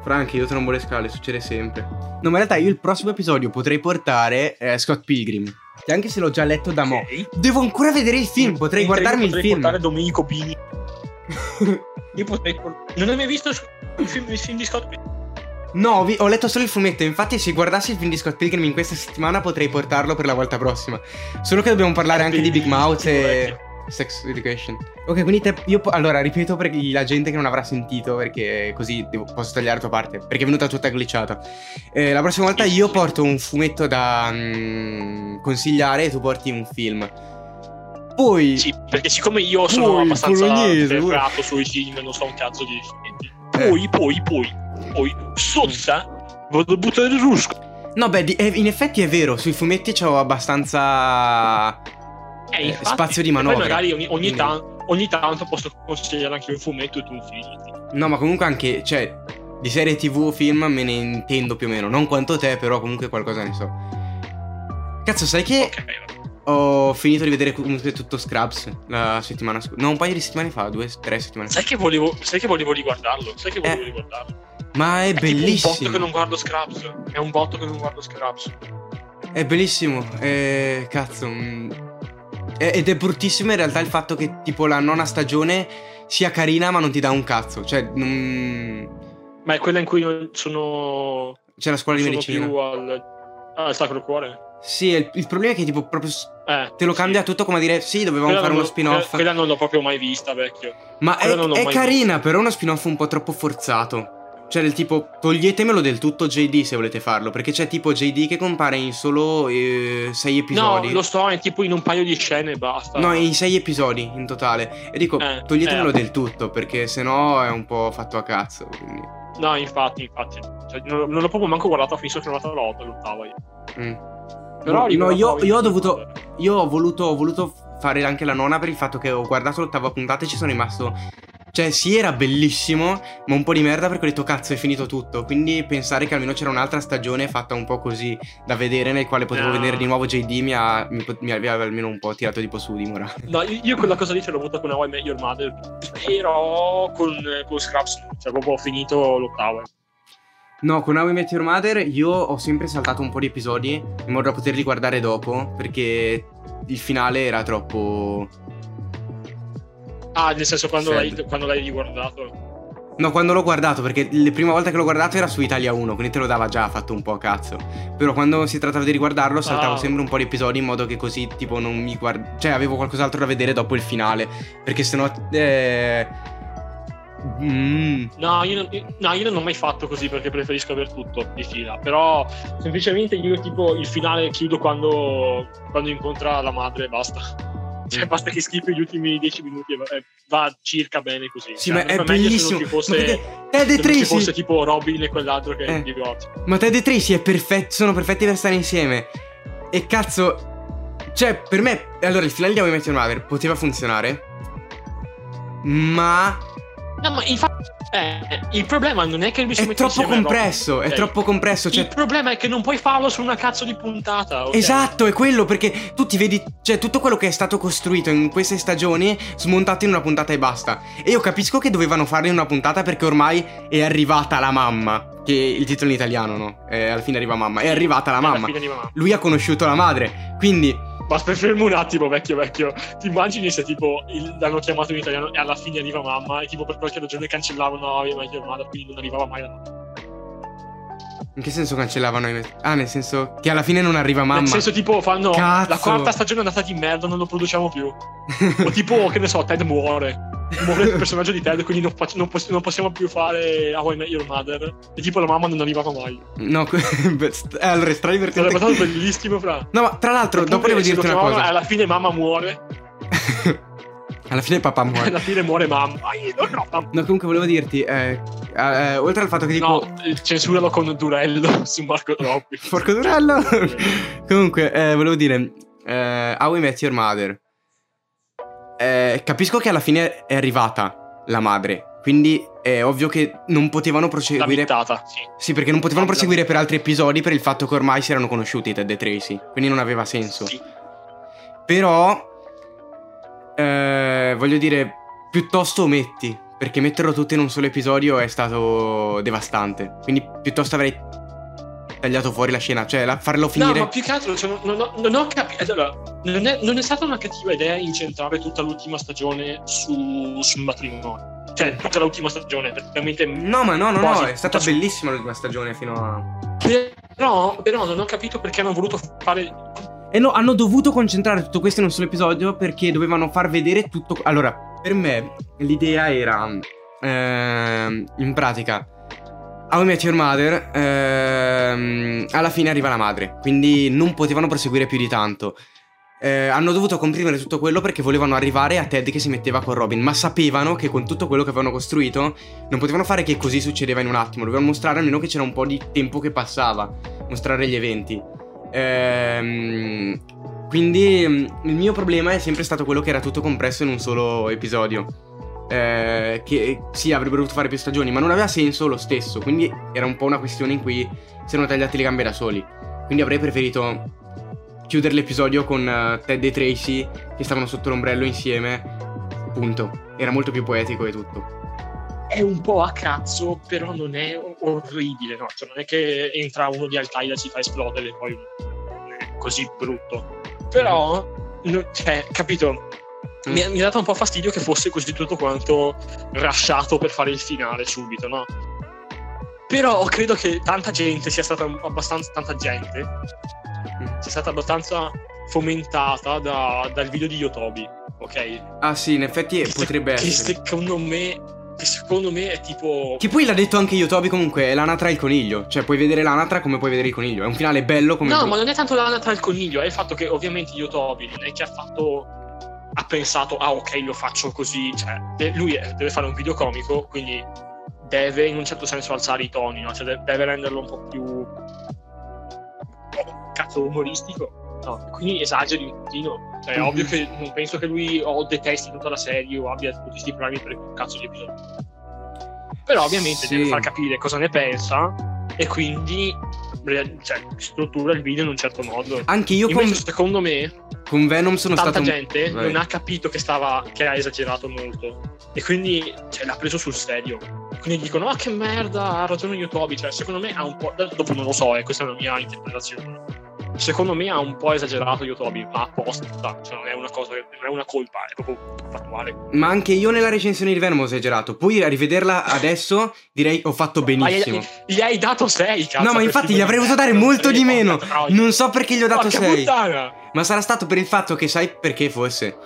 Speaker 1: Franchi, io trombo le scale, succede sempre. No, ma in realtà io il prossimo episodio potrei portare eh, Scott Pilgrim. Che anche se l'ho già letto da mo.
Speaker 3: Ok.
Speaker 1: Devo ancora vedere il film, potrei
Speaker 3: Mentre io
Speaker 1: guardarmi il
Speaker 3: potrei
Speaker 1: film.
Speaker 3: portare Domenico Bini. Io potrei port- Non hai mai visto il film, il film di Scott Pilgrim?
Speaker 1: No, vi- ho letto solo il fumetto. Infatti, se guardassi il film di Scott Pilgrim in questa settimana, potrei portarlo per la volta prossima. Solo che dobbiamo parlare anche di Big Mouth e Sex Education. Ok, quindi te, io. po- Allora, ripeto per la gente che non avrà sentito, perché così devo- posso tagliare la tua parte. Perché è venuta tutta glitchata. Eh, la prossima volta io porto un fumetto da mm, consigliare e tu porti un film. Poi.
Speaker 3: Sì, perché siccome io sono
Speaker 1: Poi,
Speaker 3: abbastanza
Speaker 1: bolognese,
Speaker 3: ferrato
Speaker 1: Eh.
Speaker 3: sui film, non so un cazzo di niente. Poi, poi, poi, poi, Sozza Vado a buttare il rusco.
Speaker 1: No, beh, di- eh, in effetti è vero, sui fumetti c'ho abbastanza...
Speaker 3: Eh,
Speaker 1: Eh,
Speaker 3: infatti,
Speaker 1: spazio di
Speaker 3: e poi
Speaker 1: manovra.
Speaker 3: magari ogni, ogni
Speaker 1: Quindi-
Speaker 3: tan- ogni tanto posso consigliare anche un fumetto e tu un film.
Speaker 1: No, ma comunque anche, cioè, di serie tv o film me ne intendo più o meno. Non quanto te, però comunque qualcosa ne so. Cazzo, sai che
Speaker 3: Ok, vabbè.
Speaker 1: ho finito di vedere comunque tutto Scraps la settimana scorsa? No, un paio di settimane fa, due, tre settimane fa.
Speaker 3: sai che volevo, sai che volevo riguardarlo? Sai che volevo
Speaker 1: Eh,
Speaker 3: riguardarlo?
Speaker 1: Ma è
Speaker 3: È tipo un botto che
Speaker 1: bellissimo.
Speaker 3: non guardo Scraps. È un botto che non guardo Scraps.
Speaker 1: È bellissimo. Eh, cazzo. mm. E- Ed è bruttissimo in realtà il fatto che tipo la nona stagione sia carina ma non ti dà un cazzo. Cioè, non...
Speaker 3: Ma è quella in cui non sono,
Speaker 1: c'è la scuola di
Speaker 3: sono
Speaker 1: medicina.
Speaker 3: più al, al Sacro Cuore.
Speaker 1: Sì, il, il problema è che tipo proprio s-
Speaker 3: Eh,
Speaker 1: te lo
Speaker 3: sì.
Speaker 1: cambia tutto come a dire sì, dovevamo
Speaker 3: Quella
Speaker 1: fare
Speaker 3: non
Speaker 1: uno
Speaker 3: l'ho-
Speaker 1: spin-off.
Speaker 3: Quella, quella non l'ho proprio mai vista, vecchio.
Speaker 1: Ma è,
Speaker 3: Quello non l'ho
Speaker 1: è
Speaker 3: mai
Speaker 1: carina, però è uno spin-off un po' troppo forzato. Cioè, del tipo, toglietemelo del tutto JD se volete farlo. Perché c'è tipo JD che compare in solo eh, sei episodi.
Speaker 3: No, lo so, è tipo in un paio di scene e basta.
Speaker 1: No, in sei episodi in totale. E dico,
Speaker 3: Eh,
Speaker 1: toglietemelo
Speaker 3: eh.
Speaker 1: del tutto, perché sennò è un po' fatto a cazzo. quindi.
Speaker 3: No, infatti, infatti. Cioè, non, non l'ho proprio manco guardato, ho finito che non l'ho guardato, l'ottava io.
Speaker 1: Mm.
Speaker 3: Però
Speaker 1: No,
Speaker 3: arrivo
Speaker 1: no,
Speaker 3: alla
Speaker 1: io-
Speaker 3: prova di-
Speaker 1: io ho dovuto- Io ho voluto, ho voluto fare anche la nona per il fatto che ho guardato l'ottava puntata e ci sono rimasto. Cioè, sì, era bellissimo, ma un po' di merda perché ho detto cazzo, è finito tutto. Quindi pensare che almeno c'era un'altra stagione fatta un po' così da vedere, nel quale potevo
Speaker 3: No.
Speaker 1: vedere di nuovo JD, mi, ha- mi pot- mi aveva almeno un po' tirato tipo su di morale.
Speaker 3: No, io, io quella cosa lì ce l'ho avuta con Hawaii Meglio Mother. Però con, con Scraps, cioè proprio ho finito l'ottava.
Speaker 1: No, con How I Met Your Mother io ho sempre saltato un po' di episodi in modo da poterli guardare dopo, perché il finale era troppo.
Speaker 3: Ah, nel senso quando,
Speaker 1: Sì.
Speaker 3: l'hai, quando l'hai riguardato.
Speaker 1: No, quando l'ho guardato, perché la prima volta che l'ho guardato era su Italia 1, quindi te lo dava già fatto un po' a cazzo. Però quando si trattava di riguardarlo, saltavo
Speaker 3: Ah.
Speaker 1: sempre un po' di episodi in modo che così, tipo, non mi guard... Cioè, avevo qualcos'altro da vedere dopo il finale. Perché sennò. Eh... Mm.
Speaker 3: No io, non, no, io non ho mai fatto così perché preferisco aver tutto di fila. Però semplicemente io tipo il finale chiudo quando, quando incontra la madre e basta. Cioè, basta che schippi gli ultimi dieci minuti e va, e va circa bene così.
Speaker 1: Sì,
Speaker 3: Cioè,
Speaker 1: ma è
Speaker 3: sarebbe meglio se
Speaker 1: bellissimo.
Speaker 3: non ci fosse-
Speaker 1: Ma perché Ted
Speaker 3: se
Speaker 1: e
Speaker 3: non ci
Speaker 1: Tracy.
Speaker 3: fosse tipo Robin e quell'altro che
Speaker 1: Eh.
Speaker 3: è divorzio.
Speaker 1: Ma Ted e Tracy è perfetto, sono perfetti per stare insieme. E cazzo. Cioè, per me. Allora, il finale di How I Met Your Mother poteva funzionare. Ma.
Speaker 3: No, ma infatti eh, il problema non è che lui si
Speaker 1: È
Speaker 3: mette
Speaker 1: troppo
Speaker 3: Diciamo, insieme a Robin.
Speaker 1: compresso. È
Speaker 3: Ok.
Speaker 1: troppo compresso. Cioè,
Speaker 3: Il problema è che non puoi farlo su una cazzo di puntata. ok?
Speaker 1: Esatto, è quello perché tu ti vedi, cioè tutto quello che è stato costruito in queste stagioni smontato in una puntata e basta. E io capisco che dovevano farlo in una puntata perché ormai è arrivata la mamma, che è il titolo in italiano, no? Eh, alla fine arriva mamma, è arrivata la
Speaker 3: Alla
Speaker 1: mamma.
Speaker 3: fine di mamma.
Speaker 1: Lui ha conosciuto la madre, quindi
Speaker 3: Ma aspetta, fermo un attimo, vecchio, vecchio. Ti immagini se tipo il- l'hanno chiamato in italiano e alla fine arriva mamma e tipo per qualche ragione cancellavano la mia chiamata, quindi non arrivava mai la mamma.
Speaker 1: in che senso cancellavano i met- Ah, nel senso che alla fine non arriva mamma.
Speaker 3: Nel senso tipo fanno
Speaker 1: Cazzo.
Speaker 3: la quarta stagione è andata di merda, non lo produciamo più. o tipo, che ne so, Ted muore. Muore il personaggio di Ted, quindi non, fac- non poss- non possiamo più fare How I Met Your Mother. E tipo la mamma non arrivava mai.
Speaker 1: No, que- eh, allora è stradivertente.
Speaker 3: Sarebbe stato bellissimo, fra.
Speaker 1: No, ma tra l'altro, dopo devo
Speaker 3: Oppure se lo
Speaker 1: dirti una
Speaker 3: chiamavano,
Speaker 1: cosa.
Speaker 3: Alla fine mamma muore.
Speaker 1: Alla fine papà muore.
Speaker 3: Alla fine muore mamma. Ah, io- No, no, mamma.
Speaker 1: No, comunque volevo dirti, eh, eh, oltre al fatto che tipo...
Speaker 3: No, eh, censuralo con Durello su Marco Troppi.
Speaker 1: Porco Durello. Comunque, eh, volevo dire, eh, How I Met Your Mother. Eh, capisco che alla fine è arrivata la madre, quindi è ovvio che non potevano
Speaker 3: La
Speaker 1: proseguire.
Speaker 3: mittata, sì.
Speaker 1: Sì, perché non potevano
Speaker 3: La-
Speaker 1: proseguire per altri episodi per il fatto che ormai si erano conosciuti Ted e Tracy, quindi non aveva senso.
Speaker 3: Sì.
Speaker 1: Però, eh, voglio dire, piuttosto ometti, perché metterlo tutto in un solo episodio è stato devastante. Quindi piuttosto avrei tagliato fuori la scena, cioè la- farlo
Speaker 3: No,
Speaker 1: finire...
Speaker 3: ma più che altro cioè, non, non ho, capito. Allora, non è, non è stata una cattiva idea incentrare tutta l'ultima stagione su, sul matrimonio. Cioè, tutta l'ultima stagione, praticamente.
Speaker 1: No, ma no, no, no,
Speaker 3: Quasi
Speaker 1: è stata
Speaker 3: tutta-
Speaker 1: bellissima l'ultima stagione fino a...
Speaker 3: Però, però non ho capito perché hanno voluto fare.
Speaker 1: E no, hanno dovuto concentrare tutto questo in un solo episodio perché dovevano far vedere tutto... Allora, per me l'idea era... ehm, in pratica... How I Met Your Mother, ehm, alla fine arriva la madre, quindi non potevano proseguire più di tanto. eh, hanno dovuto comprimere tutto quello perché volevano arrivare a Ted che si metteva con Robin, ma sapevano che con tutto quello che avevano costruito non potevano fare che così succedeva in un attimo, dovevano mostrare almeno che c'era un po' di tempo che passava, mostrare gli eventi. Ehm, quindi mm, il mio problema è sempre stato quello che era tutto compresso in un solo episodio. Eh, che sì, avrebbero dovuto fare più stagioni, ma non aveva senso lo stesso. Quindi era un po' una questione in cui si erano tagliati le gambe da soli. Quindi avrei preferito chiudere l'episodio con eh, Ted e Tracy che stavano sotto l'ombrello insieme. Punto. Era molto più poetico e tutto.
Speaker 3: È un po' a cazzo, però non è o- orribile, no? Cioè, non è che entra uno di Al-Qaeda e ci fa esplodere e poi è così brutto. Però, no- cioè, capito? Mi, mi ha dato un po' fastidio che fosse così tutto quanto rasciato per fare il finale subito, no? Però credo che tanta gente sia stata abbastanza tanta gente sia stata abbastanza fomentata da- dal video di Yotobi, ok?
Speaker 1: Ah sì, in effetti
Speaker 3: Che se-
Speaker 1: potrebbe
Speaker 3: che
Speaker 1: essere.
Speaker 3: secondo me che secondo me è tipo
Speaker 1: Che poi l'ha detto anche Yotobi comunque, è l'anatra e il coniglio. Cioè puoi vedere l'anatra come puoi vedere il coniglio. È un finale bello come...
Speaker 3: No,
Speaker 1: brutto.
Speaker 3: ma non è tanto la tra il coniglio, è il fatto che ovviamente Yotobi non è che ha fatto ha pensato "Ah, ok, lo faccio così", cioè de- lui è- deve fare un video comico, quindi deve in un certo senso alzare i toni, no? Cioè de- deve renderlo un po' più oh, cazzo umoristico. No, quindi esageri un pochino. Cioè, è
Speaker 1: Mhm.
Speaker 3: ovvio che non penso che lui o detesti tutta la serie o abbia tutti questi problemi per un cazzo di episodio. Però ovviamente
Speaker 1: Sì.
Speaker 3: deve far capire cosa ne pensa e quindi re- cioè, struttura il video in un certo modo.
Speaker 1: Anche Ah, io con,
Speaker 3: Invece, secondo me,
Speaker 1: con Venom sono
Speaker 3: tanta
Speaker 1: stato... un-
Speaker 3: gente
Speaker 1: Vai.
Speaker 3: non ha capito che stava che ha esagerato molto. E quindi cioè, l'ha preso sul serio. Quindi dicono: Ah, che merda, ha ragione Yotobi. Cioè, secondo me ha un po'. Dopo non lo so, eh, questa è una mia interpretazione. Secondo me ha un po' esagerato Yotobi, ma apposta. Cioè, non è una cosa, non è una colpa, è proprio fattuale.
Speaker 1: Ma anche io nella recensione di Venom ho esagerato. Poi a rivederla adesso direi ho fatto
Speaker 3: Ma gli-
Speaker 1: benissimo.
Speaker 3: Gli hai dato 6, cazzo.
Speaker 1: No, ma
Speaker 3: per
Speaker 1: infatti
Speaker 3: tipo
Speaker 1: gli
Speaker 3: di
Speaker 1: avrei
Speaker 3: merda,
Speaker 1: voluto dare molto di
Speaker 3: porca
Speaker 1: meno.
Speaker 3: troia.
Speaker 1: Non so perché gli ho dato
Speaker 3: Porca
Speaker 1: 6.
Speaker 3: puttana!
Speaker 1: Ma sarà stato per il fatto che sai perché fosse.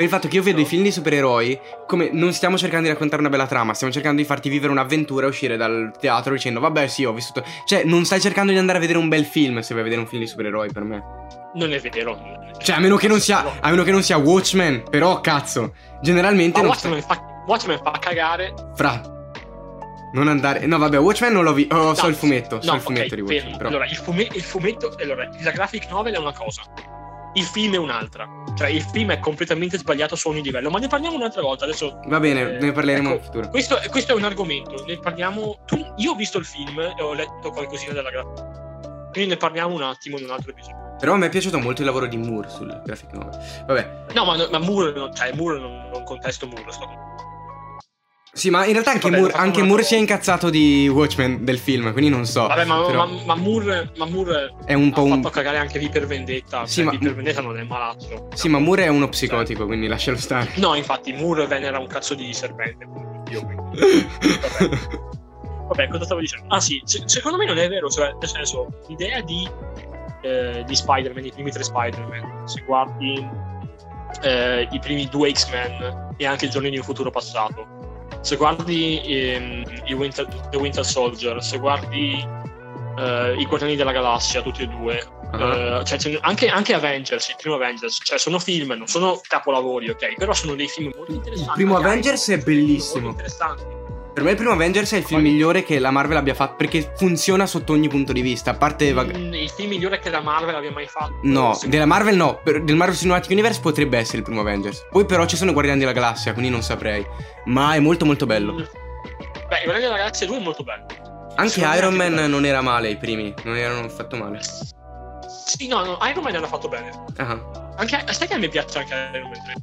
Speaker 1: Per il fatto che io vedo i film di supereroi come non stiamo cercando di raccontare una bella trama, stiamo cercando di farti vivere un'avventura e uscire dal teatro dicendo vabbè sì ho vissuto... Cioè non stai cercando di andare a vedere un bel film se vai a vedere un film di supereroi per me.
Speaker 3: Non è vero.
Speaker 1: Cioè a meno che non sia, a meno che non sia Watchmen, però cazzo. Generalmente
Speaker 3: Ma
Speaker 1: non...
Speaker 3: Watchmen fa, Watchmen fa cagare.
Speaker 1: Fra... Non andare... No vabbè Watchmen non l'ho visto... Oh, so
Speaker 3: No,
Speaker 1: il fumetto, so
Speaker 3: no,
Speaker 1: il fumetto
Speaker 3: ok,
Speaker 1: di
Speaker 3: fermi.
Speaker 1: Watchmen. Però...
Speaker 3: Allora, il, fume- il fumetto. Allora, la graphic novel è una cosa. Il film è un'altra. Cioè, il film è completamente sbagliato su ogni livello. Ma ne parliamo un'altra volta. Adesso.
Speaker 1: Va bene,
Speaker 3: eh,
Speaker 1: ne parleremo
Speaker 3: ecco,
Speaker 1: in futuro.
Speaker 3: Questo, questo è un argomento. Ne parliamo. tu- io ho visto il film e ho letto qualcosina della graphic. Quindi ne parliamo un attimo in un altro episodio.
Speaker 1: Però mi è piaciuto molto il lavoro di Moore sul graphic novel. Vabbè.
Speaker 3: No, ma, ma Moore, non- cioè, Moore non, non contesto Moore. Sto...
Speaker 1: Sì, ma in realtà anche,
Speaker 3: Vabbè,
Speaker 1: Moore,
Speaker 3: l'ho fatto
Speaker 1: anche
Speaker 3: un'altra
Speaker 1: Moore si è
Speaker 3: volta.
Speaker 1: incazzato di Watchmen del film, quindi non so.
Speaker 3: Vabbè, ma,
Speaker 1: però
Speaker 3: ma- ma Moore, ma Moore
Speaker 1: è un
Speaker 3: ha
Speaker 1: po'
Speaker 3: fatto
Speaker 1: un.
Speaker 3: cagare anche lì per vendetta.
Speaker 1: Sì,
Speaker 3: cioè,
Speaker 1: ma-
Speaker 3: Lì per vendetta non è malaccio.
Speaker 1: Sì, ma Moore è uno psicotico, quindi lascialo stare.
Speaker 3: No, infatti, Moore venera un cazzo di serpente. Dio, quindi. Vabbè, cosa stavo dicendo? Ah, sì, se- secondo me non è vero. Cioè, nel senso, l'idea di, eh, di Spider-Man, i primi tre Spider-Man, se guardi eh, i primi due X-Men e anche il giorno di un futuro passato, se guardi ehm, i Winter, The Winter Soldier, se guardi eh, i Guardiani della Galassia, tutti e due,
Speaker 1: Ah,
Speaker 3: eh, cioè, ce ne- anche, anche Avengers, il primo Avengers, cioè sono film, non sono capolavori, ok? Però sono dei film molto interessanti.
Speaker 1: Il primo
Speaker 3: magari,
Speaker 1: Avengers è
Speaker 3: molto
Speaker 1: bellissimo.
Speaker 3: interessanti.
Speaker 1: Per me il primo Avengers è il film
Speaker 3: Poi-
Speaker 1: migliore che la Marvel abbia fatto, perché funziona sotto ogni punto di vista, a parte... vag-
Speaker 3: Mm, Il film migliore che la Marvel abbia mai fatto.
Speaker 1: No,
Speaker 3: Secondo-
Speaker 1: della Marvel no, per- del Marvel Cinematic Universe potrebbe essere il primo Avengers. Poi però ci sono i Guardiani della Galassia, quindi non saprei. Ma è molto molto bello.
Speaker 3: Mm. Beh, Guardiani della Galassia 2 è molto bello.
Speaker 1: Anche
Speaker 3: Secondo me
Speaker 1: Iron
Speaker 3: anche
Speaker 1: Man
Speaker 3: quello.
Speaker 1: non era male i primi, non erano affatto male.
Speaker 3: Sì, no, no, Iron Man l'ha fatto bene.
Speaker 1: Ah.
Speaker 3: Anche, sai che a me piace anche Iron Man 3?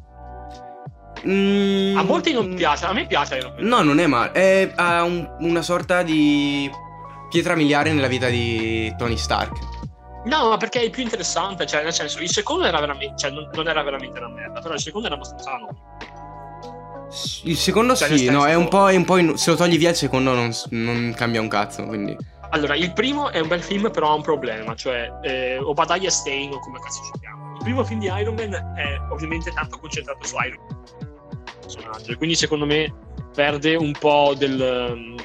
Speaker 1: Mm.
Speaker 3: A molti non piace, a me piace Iron Man.
Speaker 1: No, non è male. È, ha un- una sorta di pietra miliare nella vita di Tony Stark.
Speaker 3: No, ma perché è il più interessante, cioè nel senso, il secondo era veramente, cioè non, non era veramente una merda, però il secondo era abbastanza sano.
Speaker 1: S- Il secondo
Speaker 3: Cioè,
Speaker 1: sì,
Speaker 3: nel
Speaker 1: no,
Speaker 3: senso-
Speaker 1: è un po', è un po' in- se lo togli via il secondo non, s- non cambia un cazzo, quindi...
Speaker 3: Allora, il primo è un bel film, però ha un problema, cioè eh, Obadiah Stane o come cazzo si chiama. Il primo film di Iron Man è ovviamente tanto concentrato su Iron Man, personaggio, e quindi secondo me perde un po' del, ehm,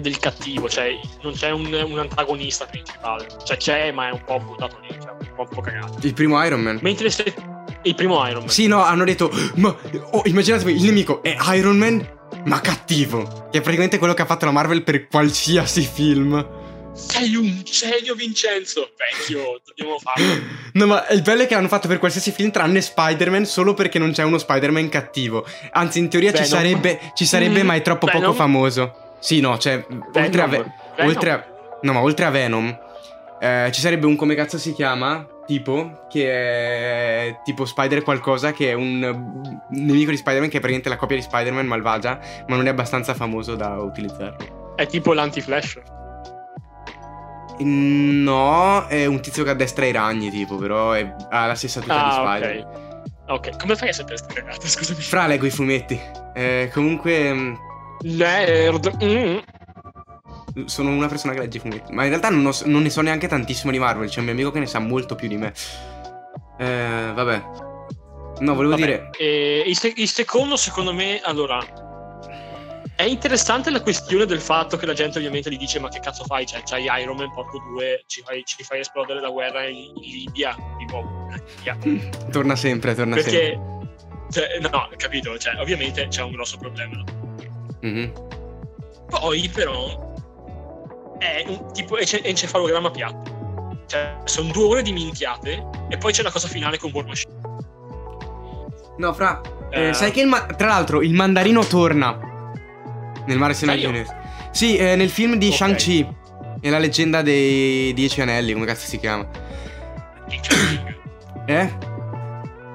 Speaker 3: del cattivo, cioè non c'è un, un antagonista principale, cioè c'è ma è un po' buttato lì. Cioè. po', un po' cagati.
Speaker 1: Il primo Iron Man.
Speaker 3: Mentre se il primo Iron Man.
Speaker 1: Sì, no, hanno detto. Ma oh, immaginatevi, il nemico è Iron Man, ma cattivo. Che è praticamente quello che ha fatto la Marvel per qualsiasi film.
Speaker 3: Sei un genio, Vincenzo. Vecchio, dobbiamo farlo.
Speaker 1: No, ma il bello è che l'hanno fatto per qualsiasi film tranne Spider-Man solo perché non c'è uno Spider-Man cattivo. Anzi, in teoria ci
Speaker 3: Venom.
Speaker 1: sarebbe, ci sarebbe,
Speaker 3: Mm,
Speaker 1: ma è troppo poco
Speaker 3: Venom.
Speaker 1: famoso. Sì, no, cioè, oltre a, Ve-
Speaker 3: Venom.
Speaker 1: oltre a- No, ma oltre a Venom, eh, ci sarebbe un come cazzo si chiama? Tipo, che è tipo Spider qualcosa, che è un eh, nemico di Spider-Man, che è praticamente la copia di Spider-Man malvagia, ma non è abbastanza famoso da utilizzarlo.
Speaker 3: È tipo l'anti-flash.
Speaker 1: No, è un tizio che addestra i ragni, tipo, però è- ha la stessa tuta di
Speaker 3: Ah,
Speaker 1: Spider.
Speaker 3: ok. Ok, come fai a sapere queste cagate? Scusami.
Speaker 1: Fra leggo i fumetti. Eh, comunque mh,
Speaker 3: Nerd. Mm.
Speaker 1: sono una persona che legge i fumetti. Ma in realtà non, ho- non ne so neanche tantissimo di Marvel. C'è un mio amico che ne sa molto più di me. Eh, vabbè. No, volevo
Speaker 3: Vabbè,
Speaker 1: dire.
Speaker 3: eh, il, se- il secondo, secondo me, allora. È interessante la questione del fatto che la gente ovviamente gli dice: Ma che cazzo fai? Cioè, c'hai Iron Man, porco due, ci fai, ci fai esplodere la guerra in, in Libia. Di nuovo, in Libia.
Speaker 1: Torna sempre, torna sempre.
Speaker 3: Perché, cioè, no, capito? Cioè, ovviamente c'è un grosso problema.
Speaker 1: Mhm.
Speaker 3: Poi, però, è un tipo ence- encefalogramma piatto. Cioè, sono due ore di minchiate e poi c'è la cosa finale con War Machine.
Speaker 1: No, fra. eh,
Speaker 3: Eh.
Speaker 1: sai che il ma- Tra l'altro, il mandarino torna. Nel mare
Speaker 3: Serio?
Speaker 1: Sinai Sì, eh, nel film di
Speaker 3: Ok.
Speaker 1: Shang-Chi. E la leggenda dei Dieci Anelli, come cazzo si chiama?
Speaker 3: Ding Chao Ping.
Speaker 1: Eh?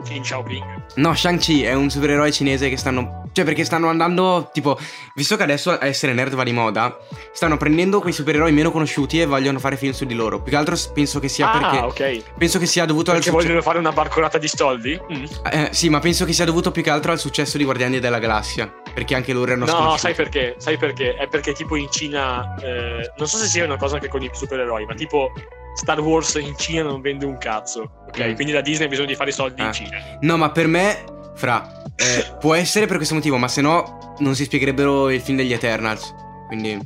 Speaker 3: Ding Chao Ping.
Speaker 1: No, Shang-Chi è un supereroe cinese che stanno. Cioè, perché stanno andando. Tipo, visto che adesso essere nerd va di moda, stanno prendendo quei supereroi meno conosciuti e vogliono fare film su di loro. Più che altro s- penso che sia perché.
Speaker 3: ah, ok.
Speaker 1: Penso che sia dovuto al
Speaker 3: Perché
Speaker 1: successo.
Speaker 3: vogliono fare una barcolata di soldi? Mm.
Speaker 1: Eh, sì, ma penso che sia dovuto più che altro al successo di Guardiani della Galassia. Perché anche loro erano
Speaker 3: No,
Speaker 1: sconosciuti.
Speaker 3: sai perché? Sai perché? È perché tipo in Cina, eh, non so se sia una cosa anche con i supereroi, ma tipo Star Wars in Cina non vende un cazzo, ok?
Speaker 1: Mm.
Speaker 3: Quindi la Disney ha bisogno di fare i soldi
Speaker 1: Ah.
Speaker 3: in Cina.
Speaker 1: No, ma per me. Fra. eh, può essere per questo motivo, ma se no non si spiegherebbero il film degli Eternals. Quindi. Che
Speaker 3: Non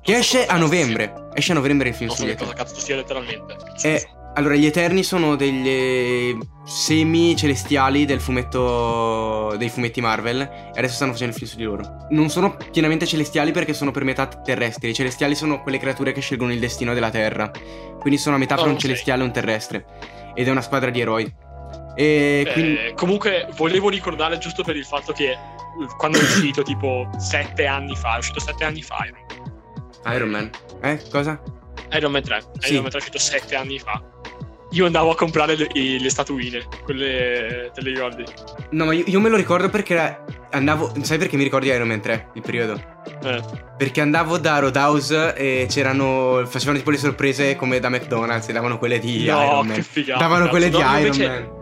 Speaker 3: so
Speaker 1: esce
Speaker 3: cosa
Speaker 1: a
Speaker 3: cazzo
Speaker 1: novembre. Esce a novembre il
Speaker 3: sia.
Speaker 1: film
Speaker 3: Non so
Speaker 1: sugli
Speaker 3: che
Speaker 1: Eternals.
Speaker 3: cosa cazzo sia letteralmente.
Speaker 1: Eh, allora, gli Eterni sono degli semi celestiali del fumetto dei fumetti Marvel e adesso stanno facendo il film su di loro. Non sono pienamente celestiali perché sono per metà terrestri. I celestiali sono quelle creature che scelgono il destino della Terra. Quindi sono a metà
Speaker 3: Oh,
Speaker 1: fra un
Speaker 3: ok.
Speaker 1: celestiale e un terrestre. Ed è una squadra di eroi. E
Speaker 3: Eh,
Speaker 1: quindi
Speaker 3: comunque volevo ricordare giusto per il fatto che eh, quando è uscito tipo sette anni fa, è uscito sette anni fa Iron Man,
Speaker 1: Iron Man. Eh, cosa?
Speaker 3: Iron Man 3,
Speaker 1: Sì.
Speaker 3: Iron Man 3 è uscito sette anni fa. Io andavo a comprare le, i- le statuine, quelle te le ricordi?
Speaker 1: No, ma io, io me lo ricordo perché andavo. Sai perché mi ricordi Iron Man 3? Il periodo?
Speaker 3: Eh.
Speaker 1: Perché andavo da Roadhouse e c'erano. facevano tipo le sorprese come da McDonald's e davano quelle di Iron Man.
Speaker 3: che figata.
Speaker 1: Davano quelle di
Speaker 3: No, io
Speaker 1: Iron
Speaker 3: invece
Speaker 1: Man.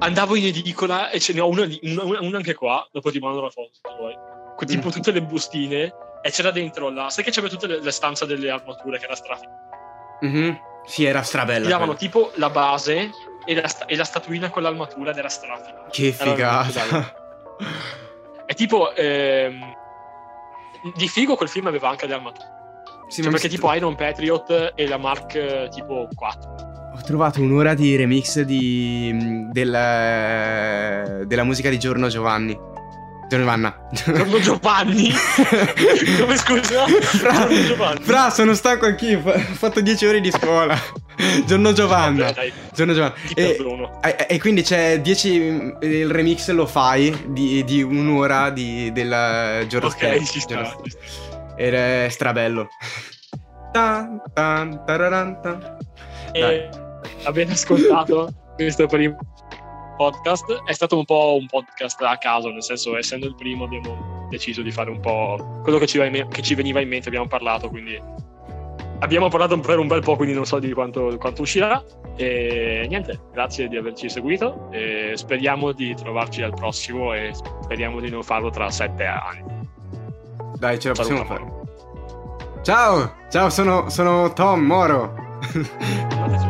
Speaker 3: Andavo in edicola e ce ne ho una, lì- una- una- una anche qua, dopo ti mando la foto se vuoi. Con
Speaker 1: Mm.
Speaker 3: tipo tutte le bustine e c'era dentro la... Sai che c'era tutta la stanza delle armature che era strafina?
Speaker 1: Mhm. Sì, era
Speaker 3: Ti
Speaker 1: strabella.
Speaker 3: davano
Speaker 1: quella.
Speaker 3: tipo la base e la, sta- e la statuina con l'armatura ed era strafina.
Speaker 1: Che
Speaker 3: Era veramente
Speaker 1: figata.
Speaker 3: bello. È tipo... ehm, di figo quel film aveva anche le armature.
Speaker 1: Sì, mi
Speaker 3: Cioè, perché
Speaker 1: sento-
Speaker 3: tipo Iron Patriot e la Mark eh, tipo 4.
Speaker 1: Ho trovato un'ora di remix di. mh, della. della musica di Giorno Giovanni. Giovanna.
Speaker 3: Giorno Giovanni? Come scusa?
Speaker 1: Fra,
Speaker 3: Giorno Giovanni.
Speaker 1: fra, sono stanco anch'io. Ho fatto 10 ore di scuola. Giorno Giovanna.
Speaker 3: Vabbè, dai,
Speaker 1: Giorno Giovanna.
Speaker 3: ti
Speaker 1: E-
Speaker 3: perdono.
Speaker 1: E, e quindi c'è 10. Il remix lo fai di, di un'ora di, eh, della Giorno
Speaker 3: Ok,
Speaker 1: Ster-
Speaker 3: ci sta,
Speaker 1: Giorno Ster-
Speaker 3: ci sta.
Speaker 1: Ed è strabello. Tan, tan, tararan, tan.
Speaker 3: e avete ascoltato questo primo podcast è stato un po' un podcast a caso nel senso essendo il primo abbiamo deciso di fare un po' quello che ci, va in me- che ci veniva in mente abbiamo parlato quindi abbiamo parlato per un bel po' quindi non so di quanto, quanto uscirà e niente grazie di averci seguito e speriamo di trovarci al prossimo e speriamo di non farlo tra sette anni
Speaker 1: Dai, ce la possiamo
Speaker 3: Saluta
Speaker 1: fare. Ciao, ciao, sono, sono Tom Moro.
Speaker 3: Andateci.